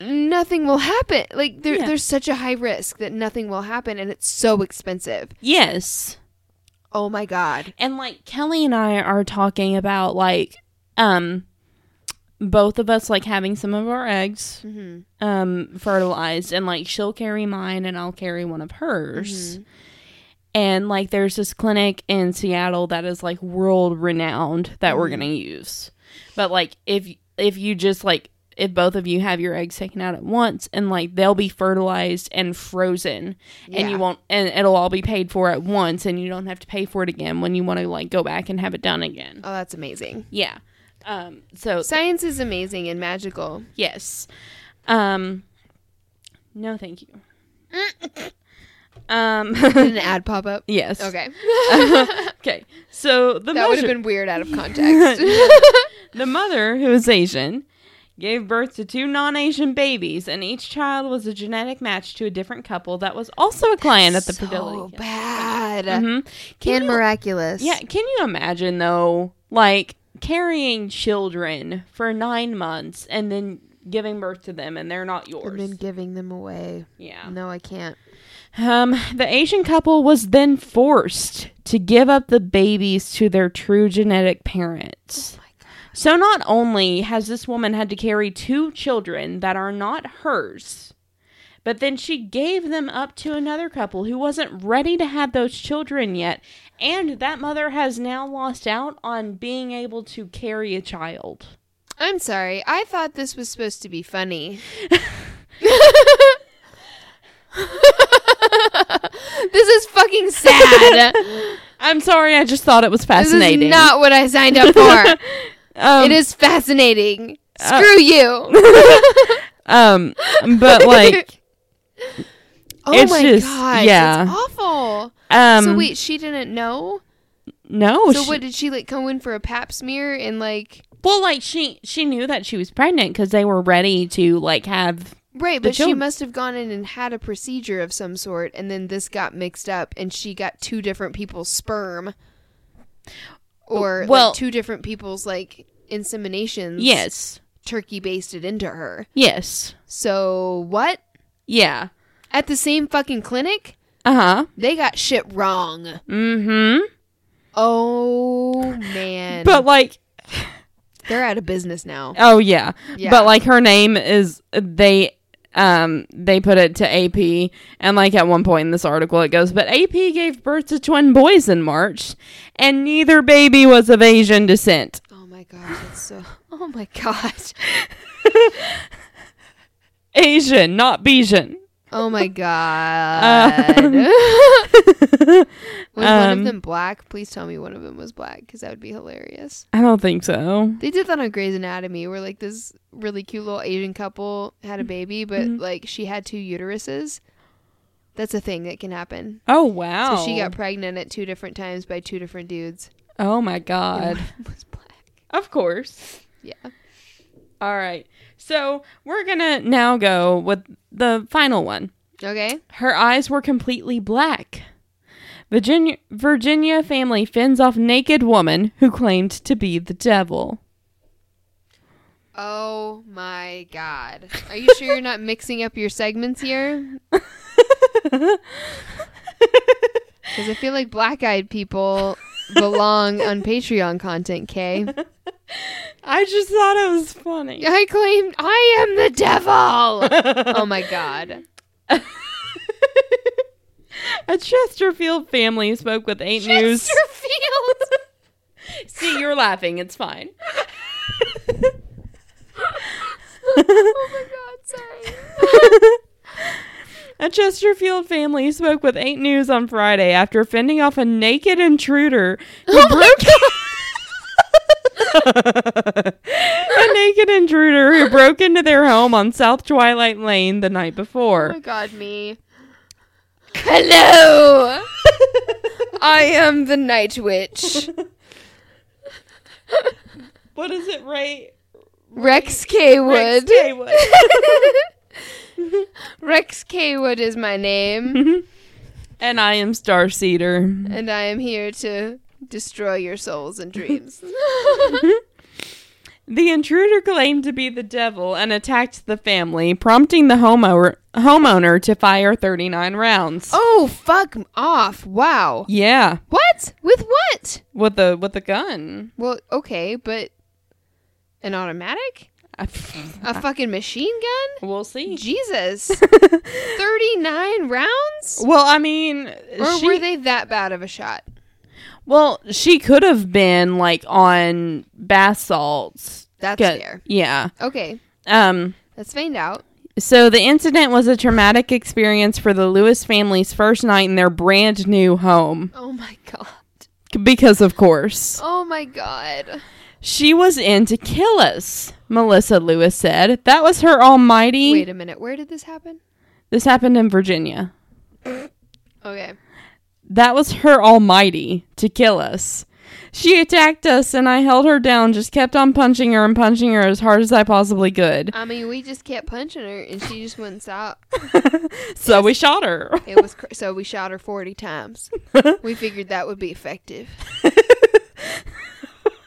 Speaker 2: nothing will happen. Like there,
Speaker 1: Yeah.
Speaker 2: there's such a high risk that nothing will happen, and it's so expensive.
Speaker 1: Yes.
Speaker 2: Oh my god.
Speaker 1: And like Kelly and I are talking about like um both of us like having some of our eggs
Speaker 2: Mhm.
Speaker 1: um fertilized and like she'll carry mine and I'll carry one of hers. And like there's this clinic in Seattle that is like world renowned that we're going to use. But like if if you just like if both of you have your eggs taken out at once and like they'll be fertilized and frozen and
Speaker 2: Yeah.
Speaker 1: you won't and it'll all be paid for at once and you don't have to pay for it again when you want to like go back and have it done again
Speaker 2: Oh, that's amazing.
Speaker 1: yeah um so
Speaker 2: Science is amazing and magical.
Speaker 1: yes um no thank you um
Speaker 2: Did an ad pop up?
Speaker 1: yes
Speaker 2: Okay.
Speaker 1: okay so the
Speaker 2: That would have
Speaker 1: measure-
Speaker 2: been weird out of context.
Speaker 1: The mother, who is Asian, gave birth to two non Asian babies, and each child was a genetic match to a different couple that was also a client at the
Speaker 2: so
Speaker 1: fertility.
Speaker 2: Oh, bad.
Speaker 1: Mhm. Can
Speaker 2: and
Speaker 1: you,
Speaker 2: miraculous.
Speaker 1: yeah, can you imagine though, like carrying children for nine months and then giving birth to them and they're not
Speaker 2: And
Speaker 1: yours?
Speaker 2: then giving them away.
Speaker 1: yeah.
Speaker 2: No, I can't.
Speaker 1: Um, the Asian couple was then forced to give up the babies to their true genetic parents.
Speaker 2: Oh my God.
Speaker 1: So not only has this woman had to carry two children that are not hers, but then she gave them up to another couple who wasn't ready to have those children yet, and that mother has now lost out on being able to carry a child.
Speaker 2: I'm sorry. I thought this was supposed to be funny. this is fucking sad.
Speaker 1: I'm sorry, I just thought it was
Speaker 2: this
Speaker 1: fascinating.
Speaker 2: is not what I signed up for.
Speaker 1: um,
Speaker 2: it is fascinating.
Speaker 1: uh,
Speaker 2: Screw you.
Speaker 1: um, but like,
Speaker 2: oh
Speaker 1: it's
Speaker 2: my
Speaker 1: just-
Speaker 2: god,
Speaker 1: yeah.
Speaker 2: it's awful.
Speaker 1: um,
Speaker 2: so wait, she didn't know.
Speaker 1: no,
Speaker 2: so
Speaker 1: she-
Speaker 2: what did she like go in for a pap smear and like
Speaker 1: well, like she she knew that she was pregnant because they were ready to like have
Speaker 2: right?
Speaker 1: The
Speaker 2: But she
Speaker 1: children-
Speaker 2: must have gone in and had a procedure of some sort, and then this got mixed up, and she got two different people's sperm, or
Speaker 1: Oh, Well-
Speaker 2: like, two different people's like inseminations.
Speaker 1: yes,
Speaker 2: turkey basted into her.
Speaker 1: yes,
Speaker 2: So what?
Speaker 1: yeah,
Speaker 2: At the same fucking clinic,
Speaker 1: uh huh,
Speaker 2: they got shit wrong.
Speaker 1: mm-hmm.
Speaker 2: Oh man,
Speaker 1: But like,
Speaker 2: they're out of business now.
Speaker 1: oh yeah.
Speaker 2: Yeah.
Speaker 1: but like her name is they um they put it to AP and like at one point in this article it goes but AP gave birth to twin boys in March and neither baby was of Asian descent.
Speaker 2: Oh my gosh, that's so. Oh my gosh.
Speaker 1: Asian, not Bijan.
Speaker 2: Oh my god. was one
Speaker 1: Um,
Speaker 2: of them black? Please tell me one of them was black, because that would be hilarious.
Speaker 1: I don't think so.
Speaker 2: They did that on Grey's Anatomy, where like this really cute little Asian couple had
Speaker 1: Mm,
Speaker 2: a baby, but
Speaker 1: mm-hmm.
Speaker 2: like she had two uteruses. That's a thing that can happen.
Speaker 1: Oh wow.
Speaker 2: So she got pregnant at two different times by two different dudes.
Speaker 1: Oh my
Speaker 2: and
Speaker 1: god.
Speaker 2: one of them was black.
Speaker 1: Of course.
Speaker 2: Yeah.
Speaker 1: All right. So, we're going to now go with the final one.
Speaker 2: Okay.
Speaker 1: Her eyes were completely black. Virginia Virginia family fends off naked woman who claimed to be the devil.
Speaker 2: Oh my god. Are you sure you're not mixing up your segments here? Because I feel like black eyed people belong on Patreon content, Kay.
Speaker 1: I just thought it was funny.
Speaker 2: I claim I am the devil! oh my god.
Speaker 1: A Chesterfield family spoke with 8 News.
Speaker 2: Chesterfield!
Speaker 1: See, you're laughing. It's fine.
Speaker 2: oh my god, sorry.
Speaker 1: A Chesterfield family spoke with 8 News on Friday after fending off a naked intruder. who broke- a naked intruder who broke into their home on South Twilight Lane the night
Speaker 2: Oh my
Speaker 1: before.
Speaker 2: god, me. Hello! I am the night witch.
Speaker 1: What is it, Ray?
Speaker 2: Rex Kaywood.
Speaker 1: Rex Kaywood.
Speaker 2: Rex Kaywood is my name,
Speaker 1: and I am Star Cedar.
Speaker 2: and I am here to destroy your souls and dreams.
Speaker 1: The intruder claimed to be the devil and attacked the family, prompting the homeowner, homeowner to fire 39 rounds.
Speaker 2: oh, fuck off. Wow.
Speaker 1: Yeah,
Speaker 2: What? With what?
Speaker 1: with the with the gun.
Speaker 2: Well, okay, but an automatic? A fucking machine gun?
Speaker 1: we'll see.
Speaker 2: Jesus. 39 rounds?
Speaker 1: Well, I mean,
Speaker 2: Or
Speaker 1: she,
Speaker 2: were they that bad of a shot?
Speaker 1: well, she could have been like on bath salts.
Speaker 2: That's
Speaker 1: Good.
Speaker 2: fair.
Speaker 1: Yeah.
Speaker 2: Okay,
Speaker 1: Um.
Speaker 2: let's find out.
Speaker 1: So the incident was a traumatic experience for the Lewis family's first night in their brand new home
Speaker 2: Oh my god.
Speaker 1: because, of course,
Speaker 2: Oh my god.
Speaker 1: She was in to kill us, Melissa Lewis said. That was her almighty.
Speaker 2: Wait a minute. Where did this happen?
Speaker 1: This happened in Virginia.
Speaker 2: Okay.
Speaker 1: That was her almighty to kill us. She attacked us, and I held her down, just kept on punching her and punching her as hard as I possibly could.
Speaker 2: I mean, we just kept punching her, and she just wouldn't stop.
Speaker 1: So we shot her.
Speaker 2: It was cr- so we shot her forty times. We figured that would be effective.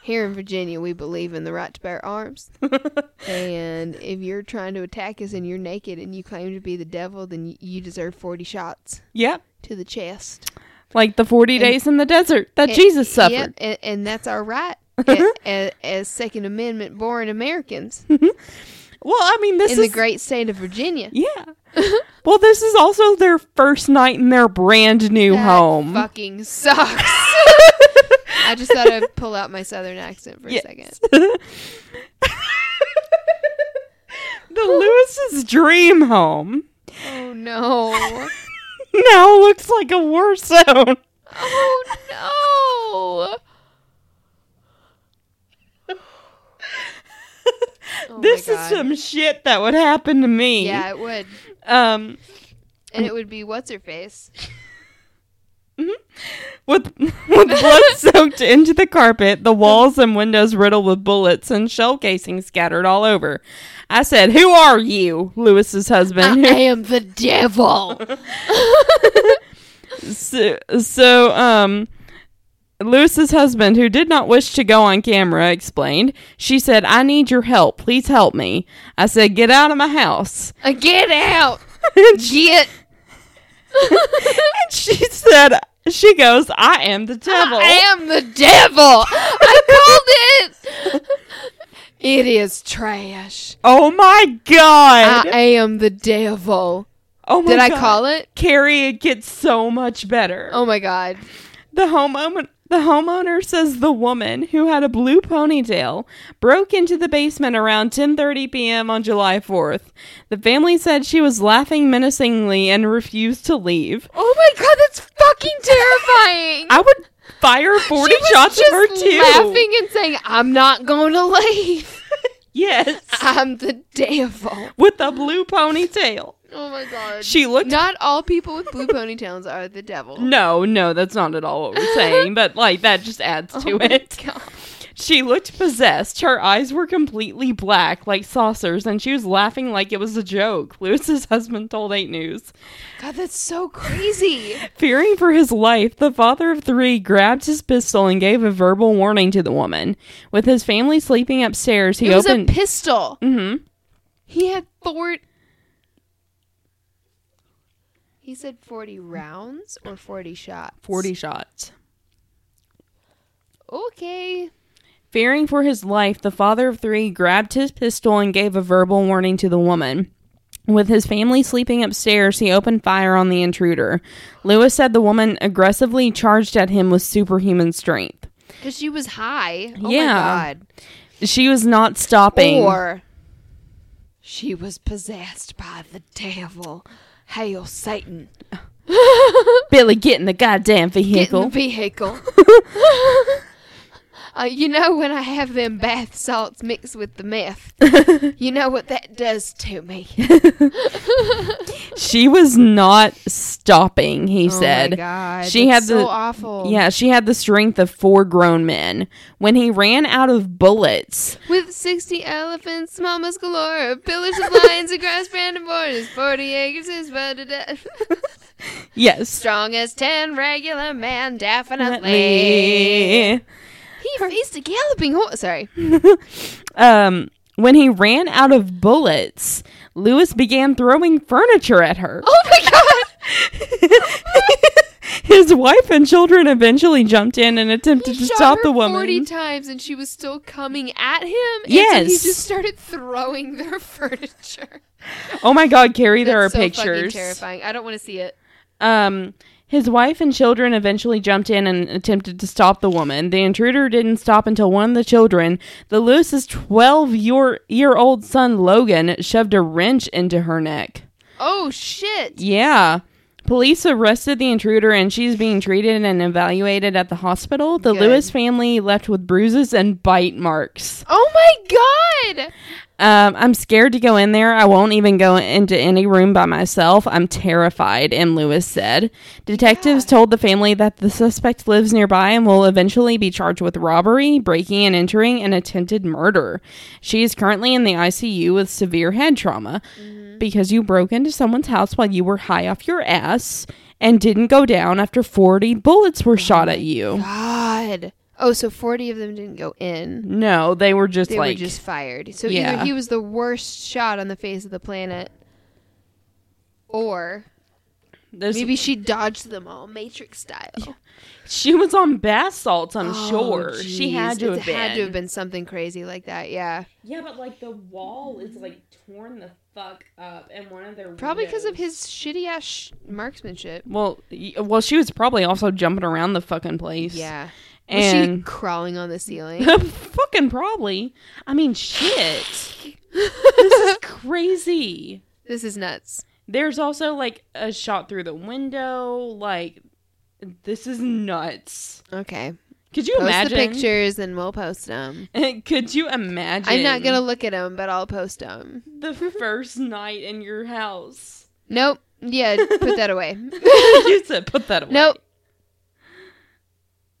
Speaker 2: Here in Virginia, we believe in the right to bear arms, and if you're trying to attack us and you're naked and you claim to be the devil, then y- you deserve forty shots
Speaker 1: yep.
Speaker 2: to the chest.
Speaker 1: Like the 40 days in the desert that
Speaker 2: And-
Speaker 1: Jesus
Speaker 2: yep,
Speaker 1: suffered. Uh-huh.
Speaker 2: and, and that's our right. a- a- as Second Amendment born Americans
Speaker 1: Well, I mean, this
Speaker 2: in the
Speaker 1: is.
Speaker 2: great state of Virginia.
Speaker 1: yeah. well, this is also their first night in their brand new
Speaker 2: That
Speaker 1: home.
Speaker 2: Fucking sucks. I just thought I'd pull out my southern accent for
Speaker 1: Yes.
Speaker 2: a second.
Speaker 1: the Lewis's dream home.
Speaker 2: Oh no.
Speaker 1: now looks like a war zone.
Speaker 2: Oh no. Oh my
Speaker 1: this is
Speaker 2: God.
Speaker 1: some shit that would happen to me.
Speaker 2: Yeah, it would.
Speaker 1: Um.
Speaker 2: And it would be what's her face?
Speaker 1: mhm. With, with blood soaked into the carpet, the walls and windows riddled with bullets and shell casings scattered all over. I said, Who are you? Lewis's husband.
Speaker 2: am the devil.
Speaker 1: so, so um Lewis's husband, who did not wish to go on camera, explained. She said, I need your help. Please help me. I said, Get out of my house.
Speaker 2: Uh, Get out.
Speaker 1: and
Speaker 2: Get.
Speaker 1: and she said, She goes, I am the devil.
Speaker 2: I am the devil. I called it. It is trash.
Speaker 1: oh my God.
Speaker 2: I am the devil.
Speaker 1: oh my
Speaker 2: Did I
Speaker 1: God.
Speaker 2: call it?
Speaker 1: Carrie, it gets so much better.
Speaker 2: Oh my god.
Speaker 1: The homeowner the homeowner says the woman who had a blue ponytail broke into the basement around 10:30 p.m. on July 4th. The family said she was laughing menacingly and refused to leave.
Speaker 2: Oh my god, that's fucking terrifying.
Speaker 1: I would fire 40
Speaker 2: She was
Speaker 1: shots at
Speaker 2: just
Speaker 1: her too.
Speaker 2: laughing and saying, "I'm not going to leave.
Speaker 1: Yes,
Speaker 2: I'm the devil."
Speaker 1: with a blue ponytail.
Speaker 2: Oh my god.
Speaker 1: She looked
Speaker 2: not all people with blue ponytails are the devil.
Speaker 1: No, no, that's not at all what we're saying, but like that just adds to
Speaker 2: Oh my
Speaker 1: it.
Speaker 2: God.
Speaker 1: She looked possessed. Her eyes were completely black, like saucers, and she was laughing like it was a joke. Lewis's husband told 8 News.
Speaker 2: God, that's so crazy.
Speaker 1: Fearing for his life, the father of three grabbed his pistol and gave a verbal warning to the woman. With his family sleeping upstairs, he
Speaker 2: It was
Speaker 1: opened.
Speaker 2: a pistol.
Speaker 1: Mhm.
Speaker 2: He had four. He said 40 rounds or 40 shots?
Speaker 1: 40 shots.
Speaker 2: Okay.
Speaker 1: Fearing for his life, the father of three grabbed his pistol and gave a verbal warning to the woman. With his family sleeping upstairs, he opened fire on the intruder. Lewis said the woman aggressively charged at him with superhuman strength.
Speaker 2: Because she was high. Oh
Speaker 1: Yeah.
Speaker 2: my God.
Speaker 1: She was not stopping.
Speaker 2: Or she was possessed by the devil. Hail Satan.
Speaker 1: Billy, get in the goddamn
Speaker 2: Get in the
Speaker 1: vehicle.
Speaker 2: vehicle. Uh, you know when I have them bath salts mixed with the meth, you know what that does to me.
Speaker 1: she was not stopping, he said.
Speaker 2: oh my God,
Speaker 1: She
Speaker 2: that's
Speaker 1: had
Speaker 2: so
Speaker 1: the-
Speaker 2: awful.
Speaker 1: Yeah, she had the strength of four grown men. When he ran out of bullets,
Speaker 2: With 60 elephants, mamas galore, a village of lions, a grass brand of borders, 40 acres is but a de-
Speaker 1: yes.
Speaker 2: Strong as 10 regular man, definitely.
Speaker 1: Um,
Speaker 2: He faced a galloping horse. Sorry.
Speaker 1: Um, when he ran out of bullets, Lewis began throwing furniture at her.
Speaker 2: Oh my God.
Speaker 1: His wife and children eventually jumped in and attempted to
Speaker 2: Shot
Speaker 1: stop
Speaker 2: her
Speaker 1: the woman.
Speaker 2: 40 times and she was still coming at him. and so
Speaker 1: Yes.
Speaker 2: he just started throwing their furniture.
Speaker 1: oh my god, Carrie, there are
Speaker 2: That's so fucking
Speaker 1: pictures.
Speaker 2: terrifying. I don't want to see it.
Speaker 1: Um, his wife and children eventually jumped in and attempted to stop the woman. The intruder didn't stop until one of the children, the Lewis's 12 year, year old son Logan, shoved a wrench into her neck.
Speaker 2: Oh shit.
Speaker 1: Yeah. Police arrested the intruder and she's being treated and evaluated at the hospital. The
Speaker 2: Good.
Speaker 1: Lewis family left with bruises and bite marks.
Speaker 2: Oh my god.
Speaker 1: Um, I'm scared to go in there. I won't even go into any room by myself. I'm terrified, M. Lewis said. Detectives told the family that the suspect lives nearby and will eventually be charged with robbery, breaking and entering, and attempted murder. She is currently in the ICU with severe head trauma
Speaker 2: Mm-hmm.
Speaker 1: because you broke into someone's house while you were high off your ass and didn't go down after 40 bullets were shot at you.
Speaker 2: Oh God. Oh, so 40 of them didn't go in.
Speaker 1: No, they were just
Speaker 2: They
Speaker 1: like.
Speaker 2: were just fired. So
Speaker 1: Yeah.
Speaker 2: either he was the worst shot on the face of the planet or
Speaker 1: this-
Speaker 2: maybe she dodged them all matrix style.
Speaker 1: She was on bath salts, I'm
Speaker 2: Oh,
Speaker 1: sure. She had
Speaker 2: jeez.
Speaker 1: to
Speaker 2: It
Speaker 1: have been.
Speaker 2: had to have been something crazy like that. Yeah.
Speaker 1: Yeah, but like the wall is like torn the fuck up, and one of their
Speaker 2: Probably because of his shitty ass sh- marksmanship.
Speaker 1: Well, y- well, she was probably also jumping around the fucking place.
Speaker 2: Yeah. Was she
Speaker 1: and
Speaker 2: crawling on the ceiling?
Speaker 1: fucking probably. I mean, shit. this is crazy.
Speaker 2: this is nuts.
Speaker 1: There's also like a shot through the window. Like, this is nuts.
Speaker 2: Okay.
Speaker 1: Could you
Speaker 2: Post
Speaker 1: imagine?
Speaker 2: the pictures and we'll post them.
Speaker 1: Could you imagine?
Speaker 2: I'm not gonna look at them, but I'll post them.
Speaker 1: the first night in your house.
Speaker 2: Nope. Yeah, put that away.
Speaker 1: you said put that away.
Speaker 2: Nope.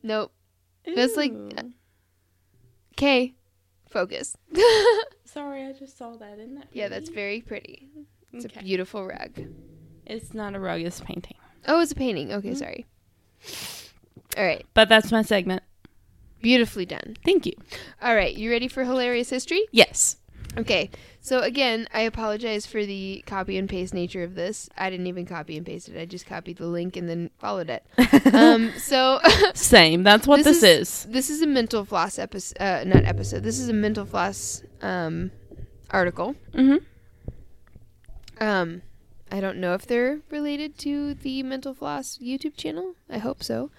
Speaker 2: Nope. that's like-
Speaker 1: Ew.
Speaker 2: Okay. Focus.
Speaker 1: Sorry, I just saw that. Isn't that?
Speaker 2: yeah, that's very
Speaker 1: pretty?
Speaker 2: pretty. It's
Speaker 1: Okay.
Speaker 2: a beautiful rug.
Speaker 1: It's not a rug. It's a painting.
Speaker 2: Oh, it's a painting. Okay,
Speaker 1: Mm-hmm.
Speaker 2: sorry. All right.
Speaker 1: But that's my segment.
Speaker 2: Beautifully done.
Speaker 1: Thank you.
Speaker 2: All right, you ready for hilarious history?
Speaker 1: Yes.
Speaker 2: Okay. So again, I apologize for the copy and paste nature of this. I didn't even copy and paste it. I just copied the link and then followed it. Um, so
Speaker 1: Same. That's what
Speaker 2: This
Speaker 1: this,
Speaker 2: is-
Speaker 1: is.
Speaker 2: this is a mental floss episode, uh, not episode. This is a mental floss um, article.
Speaker 1: Mm-hmm.
Speaker 2: Um, I don't know if they're related to the mental floss YouTube channel. I hope so,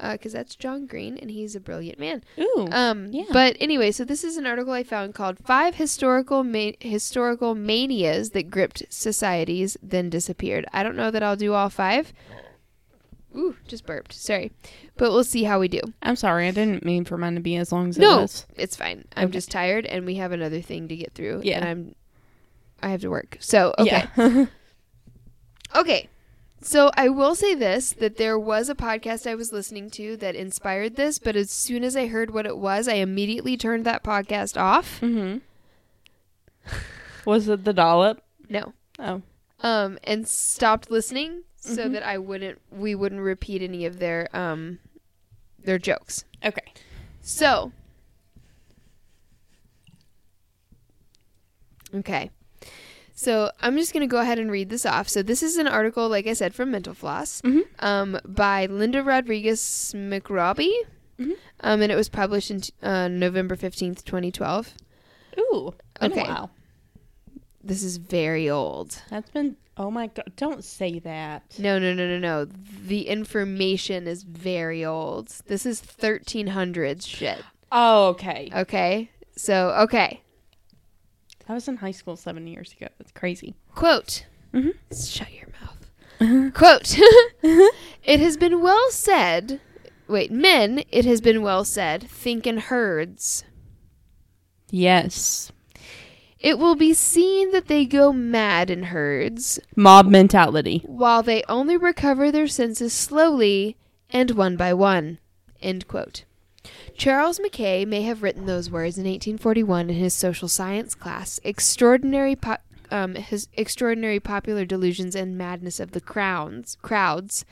Speaker 2: because that's John Green and he's a brilliant man.
Speaker 1: Ooh.
Speaker 2: Um,
Speaker 1: Yeah.
Speaker 2: But anyway, so this is an article I found called Five Historical Ma- Historical Manias That Gripped Societies Then Disappeared. I don't know that I'll do all five. Ooh, just burped. Sorry. But we'll see how we do.
Speaker 1: I'm sorry. I didn't mean for mine to be as long as it
Speaker 2: No,
Speaker 1: was.
Speaker 2: it's fine. I'm
Speaker 1: Okay.
Speaker 2: just tired and we have another thing to get through.
Speaker 1: Yeah.
Speaker 2: And I'm, I have to work. So, okay.
Speaker 1: Yeah.
Speaker 2: Okay. So I will say this that there was a podcast I was listening to that inspired this, but as soon as I heard what it was, I immediately turned that podcast off.
Speaker 1: mm-hmm. Was it the dollop?
Speaker 2: No.
Speaker 1: Oh.
Speaker 2: um, and stopped listening so that I wouldn't we wouldn't repeat any of their um, their jokes.
Speaker 1: Okay.
Speaker 2: So okay. So I'm just going to go ahead and read this off. So this is an article, like I said, from Mental Floss,
Speaker 1: Mhm.
Speaker 2: um, by Linda Rodriguez McRobbie,
Speaker 1: Mhm.
Speaker 2: um, and it was published in t- uh, November fifteenth, twenty twelve.
Speaker 1: Ooh. Been
Speaker 2: Okay.
Speaker 1: A while.
Speaker 2: This is very old.
Speaker 1: That's been. Oh my god! Don't say that.
Speaker 2: No, no, no, no, no. The information is very old. This is 1300s shit.
Speaker 1: Oh, okay.
Speaker 2: Okay? So, okay.
Speaker 1: I was in high school seven years ago. That's crazy.
Speaker 2: Quote.
Speaker 1: Mhm.
Speaker 2: Shut your mouth. Quote. it has been well said. Wait, men, it has been well said, think in herds.
Speaker 1: Yes.
Speaker 2: It will be seen that they go mad in herds,
Speaker 1: Mob mentality.
Speaker 2: while they only recover their senses slowly and one by one. End quote. Charles Mackay may have written those words in 1841 in his social science class, Extraordinary, po- um, his Extraordinary Popular Delusions and Madness of the crowns, Crowds.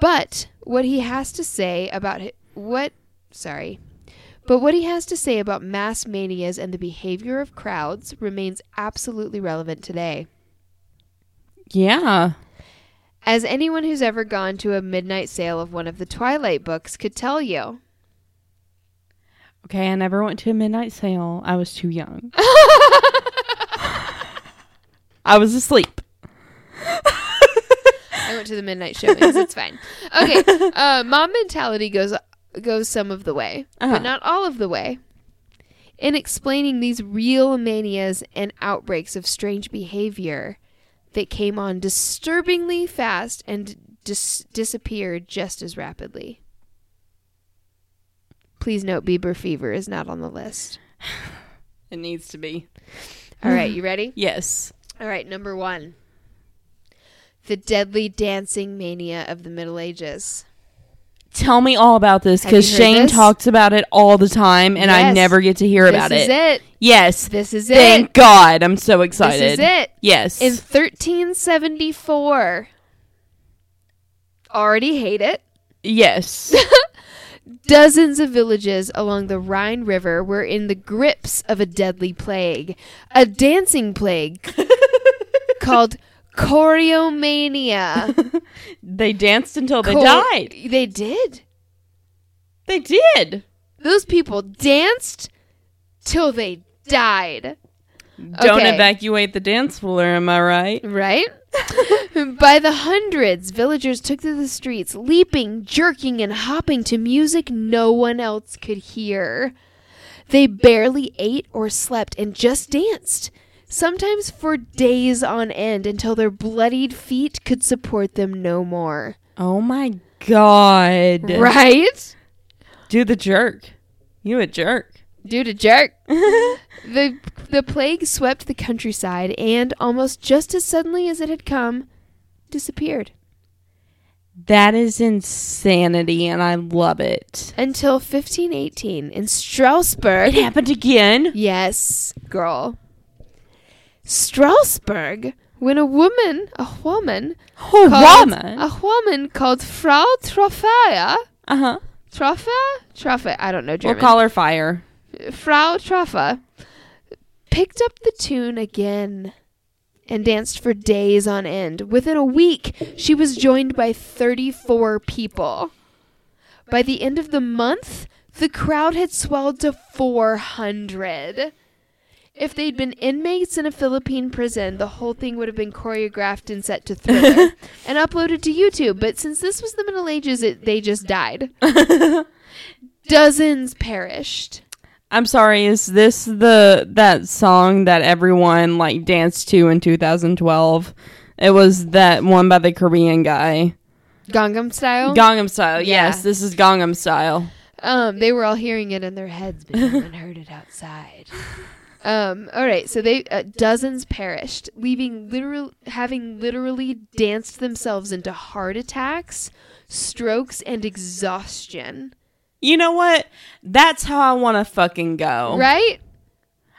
Speaker 2: But what he has to say about hi- what, sorry, but what he has to say about mass manias and the behavior of crowds remains absolutely relevant today.
Speaker 1: Yeah.
Speaker 2: As anyone who's ever gone to a midnight sale of one of the Twilight books could tell you.
Speaker 1: Okay. I never went to a midnight sale. I was too young. I was asleep.
Speaker 2: I went to the midnight showings. It's fine. Okay, uh, mom mentality goes goes some of the way,
Speaker 1: Uh-huh.
Speaker 2: but not all of the way. In explaining these real manias and outbreaks of strange behavior that came on disturbingly fast and dis- disappeared just as rapidly. Please note Bieber fever is not on the list.
Speaker 1: It needs to be.
Speaker 2: All right, you ready?
Speaker 1: Yes.
Speaker 2: All right, number one. The deadly dancing mania of the Middle Ages.
Speaker 1: Tell me all about this
Speaker 2: Have you
Speaker 1: because
Speaker 2: heard
Speaker 1: Shane
Speaker 2: this?
Speaker 1: talks about it all the time and I
Speaker 2: Yes.
Speaker 1: never get to hear about
Speaker 2: this
Speaker 1: it.
Speaker 2: is it.
Speaker 1: Yes.
Speaker 2: This is
Speaker 1: Thank
Speaker 2: it.
Speaker 1: God. I'm so excited.
Speaker 2: This is it.
Speaker 1: Yes.
Speaker 2: In 1374, already hate it.
Speaker 1: yes.
Speaker 2: Dozens of villages along the Rhine River were in the grips of a deadly plague, a dancing plague called choreomania.
Speaker 1: they danced until they
Speaker 2: Chor-
Speaker 1: died.
Speaker 2: They did.
Speaker 1: They did.
Speaker 2: Those people danced till they died.
Speaker 1: Don't
Speaker 2: Okay.
Speaker 1: evacuate the dance floor, am I right?
Speaker 2: Right? By the hundreds, villagers took to the streets, leaping, jerking, and hopping to music no one else could hear. They barely ate or slept and just danced. sometimes for days on end until their bloodied feet could support them no more.
Speaker 1: Oh my god.
Speaker 2: Right?
Speaker 1: Do the jerk. You a jerk.
Speaker 2: Dude, a jerk. the The plague swept the countryside and, almost just as suddenly as it had come, disappeared.
Speaker 1: That is insanity and I love it.
Speaker 2: Until 1518 in Strasbourg.
Speaker 1: It happened again.
Speaker 2: Yes, girl. Strasbourg, when a woman, a woman,
Speaker 1: Oh,
Speaker 2: called-
Speaker 1: woman.
Speaker 2: a woman called Frau Trofea,
Speaker 1: Uh huh.
Speaker 2: Trofea, Trofea, I don't know
Speaker 1: We'll
Speaker 2: German.
Speaker 1: call her fire.
Speaker 2: Frau Trofea picked up the tune again and danced for days on end. Within a week, she was joined by 34 people. By the end of the month, the crowd had swelled to 400. If they'd been inmates in a Philippine prison, the whole thing would have been choreographed and set to thriller and uploaded to YouTube. But since this was the Middle Ages, it, they just died. Dozens perished.
Speaker 1: I'm sorry, is this the that song that everyone like danced to in 2012? It was that one by the Korean guy.
Speaker 2: Gangnam Style.
Speaker 1: Gangnam Style.
Speaker 2: Oh. Yeah.
Speaker 1: Yes, this is Gangnam Style.
Speaker 2: um, they were all hearing it in their heads, but no one heard it outside. Um, all right, so they uh, dozens perished, leaving literal having literally danced themselves into heart attacks, strokes, and exhaustion.
Speaker 1: You know what? That's how I want to fucking go.
Speaker 2: Right?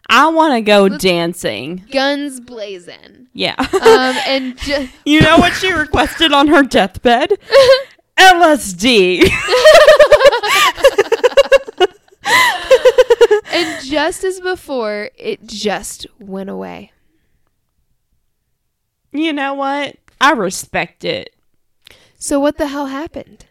Speaker 1: I want to go dancing.
Speaker 2: Guns blazing.
Speaker 1: Yeah.
Speaker 2: Um, and ju-
Speaker 1: you know what she requested on her deathbed? LSD.
Speaker 2: and just as before, it just went away.
Speaker 1: you know what? I respect it.
Speaker 2: So what the hell happened?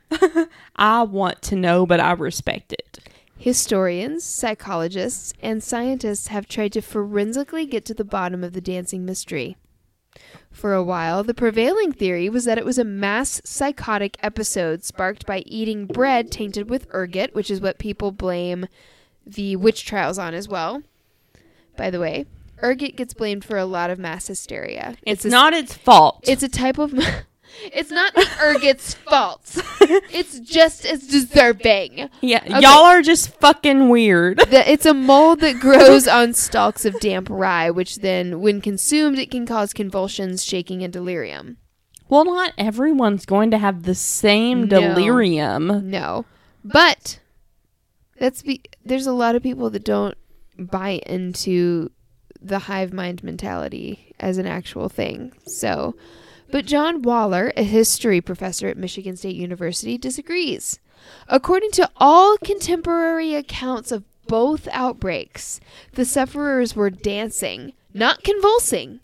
Speaker 1: I want to know, but I respect it.
Speaker 2: Historians, psychologists, and scientists have tried to forensically get to the bottom of the dancing mystery. For a while, the prevailing theory was that it was a mass psychotic episode sparked by eating bread tainted with ergot, which is what people blame the witch trials on as well. By the way, ergot gets blamed for a lot of mass hysteria.
Speaker 1: It's,
Speaker 2: a-
Speaker 1: not its fault.
Speaker 2: It's a type of. It's not the ergot's fault. It's just as deserving.
Speaker 1: yeah,
Speaker 2: okay.
Speaker 1: y'all are just fucking weird.
Speaker 2: The, it's a mold that grows on stalks of damp rye, which then, when consumed, it can cause convulsions, shaking, and delirium.
Speaker 1: Well, not everyone's going to have the same
Speaker 2: No.
Speaker 1: delirium.
Speaker 2: No, but that's be- there's a lot of people that don't buy into the hive mind mentality as an actual thing. So, but John Waller, a history professor at Michigan State University, disagrees. According to all contemporary accounts of both outbreaks, the sufferers were dancing, not convulsing.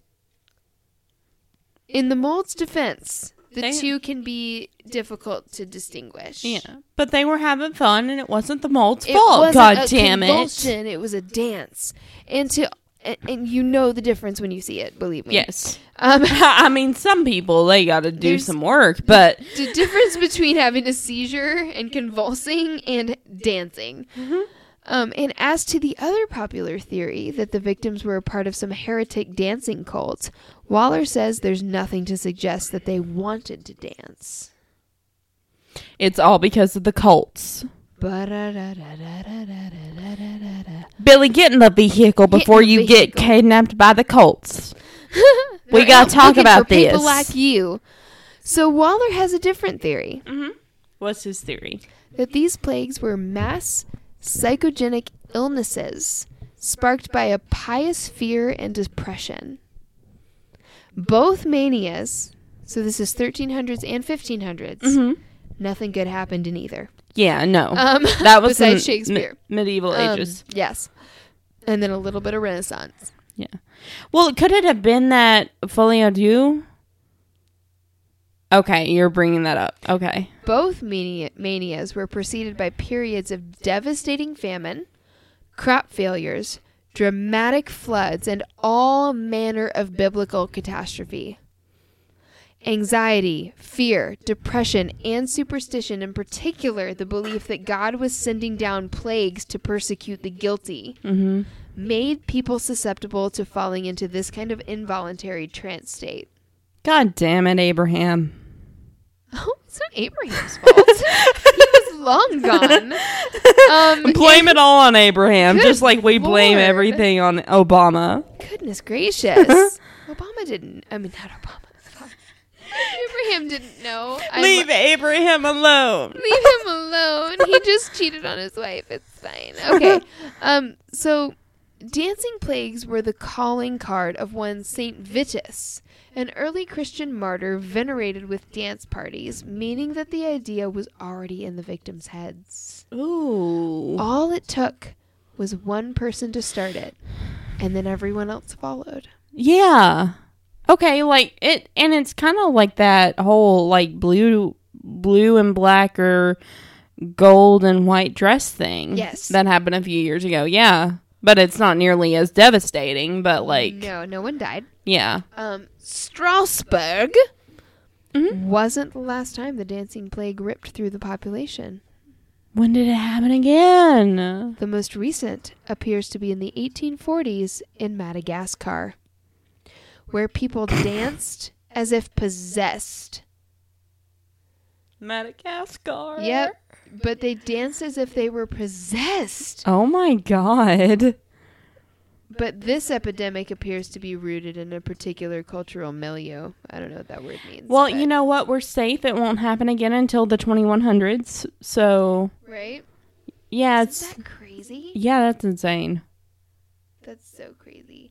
Speaker 2: In the mold's defense, the
Speaker 1: They-
Speaker 2: two can be difficult to distinguish.
Speaker 1: Yeah, but they were having fun, and it wasn't the mold's
Speaker 2: It
Speaker 1: fault.
Speaker 2: wasn't
Speaker 1: God
Speaker 2: a
Speaker 1: damn it!
Speaker 2: convulsion, it. was a dance. And to and, and you know the difference when you see it, believe me.
Speaker 1: Yes,
Speaker 2: Um,
Speaker 1: I mean some people they got to do
Speaker 2: There's-
Speaker 1: some work, but
Speaker 2: the difference between having a seizure and convulsing and dancing.
Speaker 1: Mm-hmm.
Speaker 2: Um, and as to the other popular theory that the victims were a part of some heretic dancing cult, Waller says there's nothing to suggest that they wanted to dance.
Speaker 1: it's all because of the cults.
Speaker 2: Ba-da-da-da-da-da-da-da-da-da.
Speaker 1: Billy, get in the vehicle before
Speaker 2: in the
Speaker 1: you get
Speaker 2: vehicle.
Speaker 1: kidnapped by the cults. we
Speaker 2: They're
Speaker 1: gotta
Speaker 2: out
Speaker 1: talk
Speaker 2: looking
Speaker 1: about
Speaker 2: for people
Speaker 1: this.
Speaker 2: like you. So Waller has a different theory
Speaker 1: What's his theory?
Speaker 2: that these plagues were mass psychogenic illnesses sparked by a pious fear and depression. Both manias, so this is 1300s and 1500s.
Speaker 1: Mm-hmm.
Speaker 2: Nothing good happened in either.
Speaker 1: Yeah, no,
Speaker 2: Um,
Speaker 1: that was in
Speaker 2: besides
Speaker 1: m-
Speaker 2: Shakespeare.
Speaker 1: medieval
Speaker 2: Um,
Speaker 1: ages.
Speaker 2: yes, and then a little bit of Renaissance.
Speaker 1: Yeah. Well, could it have been that Folio Dew? Okay, you're bringing that up. Okay.
Speaker 2: Both mania- manias were preceded by periods of devastating famine, crop failures, dramatic floods, and all manner of biblical catastrophe. Anxiety, fear, depression, and superstition, in particular, the belief that God was sending down plagues to persecute the guilty,
Speaker 1: Mm-hmm.
Speaker 2: made people susceptible to falling into this kind of involuntary trance state.
Speaker 1: God damn it, Abraham.
Speaker 2: Oh, it's not Abraham's fault. he was long gone. Um,
Speaker 1: Blame it all on Abraham,
Speaker 2: Good
Speaker 1: just like we blame
Speaker 2: Lord.
Speaker 1: everything on Obama.
Speaker 2: Goodness gracious. Obama didn't. I mean, not Obama. Abraham didn't know. I lo-
Speaker 1: Leave Abraham alone.
Speaker 2: leave him alone. He just cheated on his wife. It's fine. Okay. Um. So, dancing plagues were the calling card of one Saint Vitus, an early Christian martyr venerated with dance parties, meaning that the idea was already in the victims' heads.
Speaker 1: Ooh.
Speaker 2: All it took was one person to start it, and then everyone else followed.
Speaker 1: Yeah. Okay, like it and it's kind of like that whole like blue blue and black or gold and white dress thing.
Speaker 2: Yes.
Speaker 1: That happened a few years ago. Yeah. But it's not nearly as devastating, but like
Speaker 2: No, no one died.
Speaker 1: yeah.
Speaker 2: Um, Strasbourg wasn't the last time the dancing plague ripped through the population.
Speaker 1: When did it happen again?
Speaker 2: The most recent appears to be in the 1840s in Madagascar, where people danced as if possessed.
Speaker 1: Madagascar.
Speaker 2: Yep, but they danced as if they were possessed.
Speaker 1: Oh my god.
Speaker 2: But this epidemic appears to be rooted in a particular cultural milieu. I don't know what that word means.
Speaker 1: Well,
Speaker 2: but-
Speaker 1: you know what? We're safe. It won't happen again until the 2100s. So,
Speaker 2: right?
Speaker 1: yeah,
Speaker 2: Isn't
Speaker 1: it's
Speaker 2: that crazy?
Speaker 1: yeah, that's insane.
Speaker 2: That's so crazy.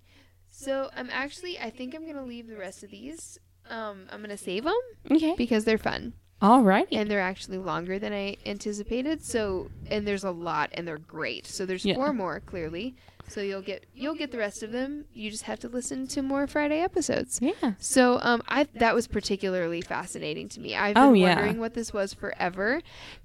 Speaker 2: So I'm actually, I think I'm gonna leave the rest of these. Um, I'm gonna save them
Speaker 1: Okay.
Speaker 2: because they're fun
Speaker 1: All right.
Speaker 2: and they're actually longer than I anticipated. So and there's a lot and they're great. So there's
Speaker 1: Yeah.
Speaker 2: four more clearly. So you'll get you'll get the rest of them. You just have to listen to more Friday episodes.
Speaker 1: Yeah.
Speaker 2: So um, I that was particularly fascinating to me. I've been
Speaker 1: Oh, yeah.
Speaker 2: wondering what this was forever,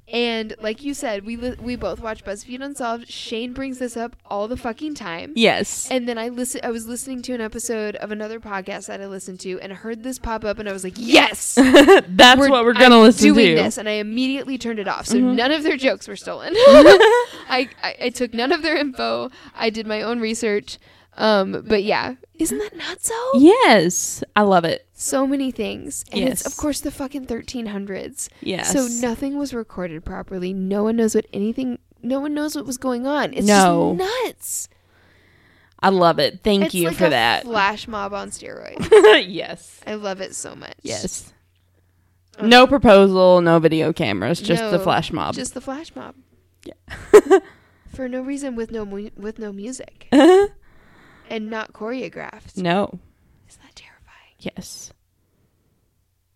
Speaker 2: and like you said, we li- we both watch BuzzFeed Unsolved. Shane brings this up all the fucking time.
Speaker 1: Yes.
Speaker 2: And then I listen. I was listening to an episode of another podcast that I listened to, and heard this pop up, and I was like, "Yes,
Speaker 1: That's what we're gonna
Speaker 2: I'm
Speaker 1: listen
Speaker 2: doing
Speaker 1: to. Mm-hmm.
Speaker 2: This, and I immediately turned it off. So none of their jokes were stolen. I, I I took none of their info. I did my own research. Um, but yeah, isn't that not so?
Speaker 1: Yes, I love it.
Speaker 2: so many things. And it's,
Speaker 1: Yes.
Speaker 2: of course, the fucking 1300s.
Speaker 1: Yes.
Speaker 2: So nothing was recorded properly. No one knows what anything, no one knows what was going on. It's
Speaker 1: No.
Speaker 2: just nuts.
Speaker 1: I love it. Thank
Speaker 2: it's
Speaker 1: you
Speaker 2: like
Speaker 1: for
Speaker 2: a
Speaker 1: that.
Speaker 2: Flash mob on steroids.
Speaker 1: yes.
Speaker 2: I love it so much.
Speaker 1: Yes. No proposal, no video cameras, just the
Speaker 2: Uh, No,
Speaker 1: flash mob.
Speaker 2: Just the flash mob.
Speaker 1: Um, Yeah.
Speaker 2: For no reason with no mu- with no music and not choreographed.
Speaker 1: no.
Speaker 2: Isn't that terrifying?
Speaker 1: Yes.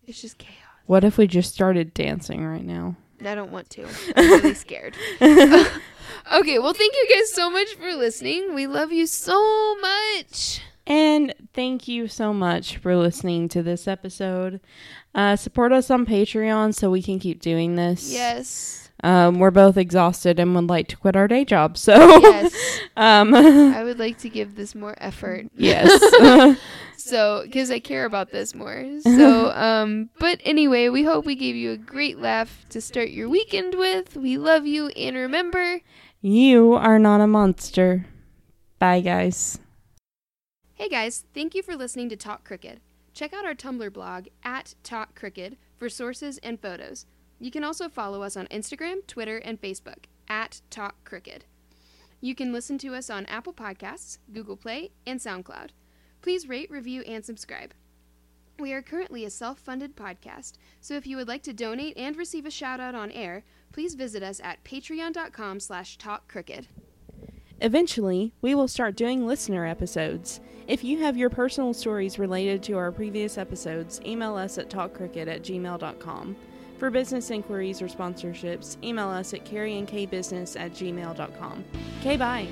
Speaker 2: It's just chaos.
Speaker 1: What if we just started dancing right now?
Speaker 2: And I don't want to. I'm really scared. okay, well, thank you guys so much for listening. We love you so much.
Speaker 1: And thank you so much for listening to this episode. Uh, support us on Patreon so we can keep doing this.
Speaker 2: Yes.
Speaker 1: Um, we're both exhausted and would like to quit our day job. So,
Speaker 2: Yes.
Speaker 1: um,
Speaker 2: I would like to give this more effort.
Speaker 1: yes.
Speaker 2: So, because I care about this more. So, um, but anyway, we hope we gave you a great laugh to start your weekend with. We love you and remember.
Speaker 1: You are not a monster. Bye, guys.
Speaker 2: Hey guys, thank you for listening to Talk Crooked. Check out our Tumblr blog at Talk Crooked for sources and photos. You can also follow us on Instagram, Twitter, and Facebook at Talk Crooked. You can listen to us on Apple Podcasts, Google Play, and SoundCloud. Please rate, review, and subscribe. We are currently a self funded podcast, so if you would like to donate and receive a shout out on air, please visit us at patreon.com slash talkcrooked.
Speaker 1: Eventually, we will start doing listener episodes. If you have your personal stories related to our previous episodes, email us at talkcricket at gmail.com. For business inquiries or sponsorships, email us at carrieandkbusiness at gmail.com. Okay, bye.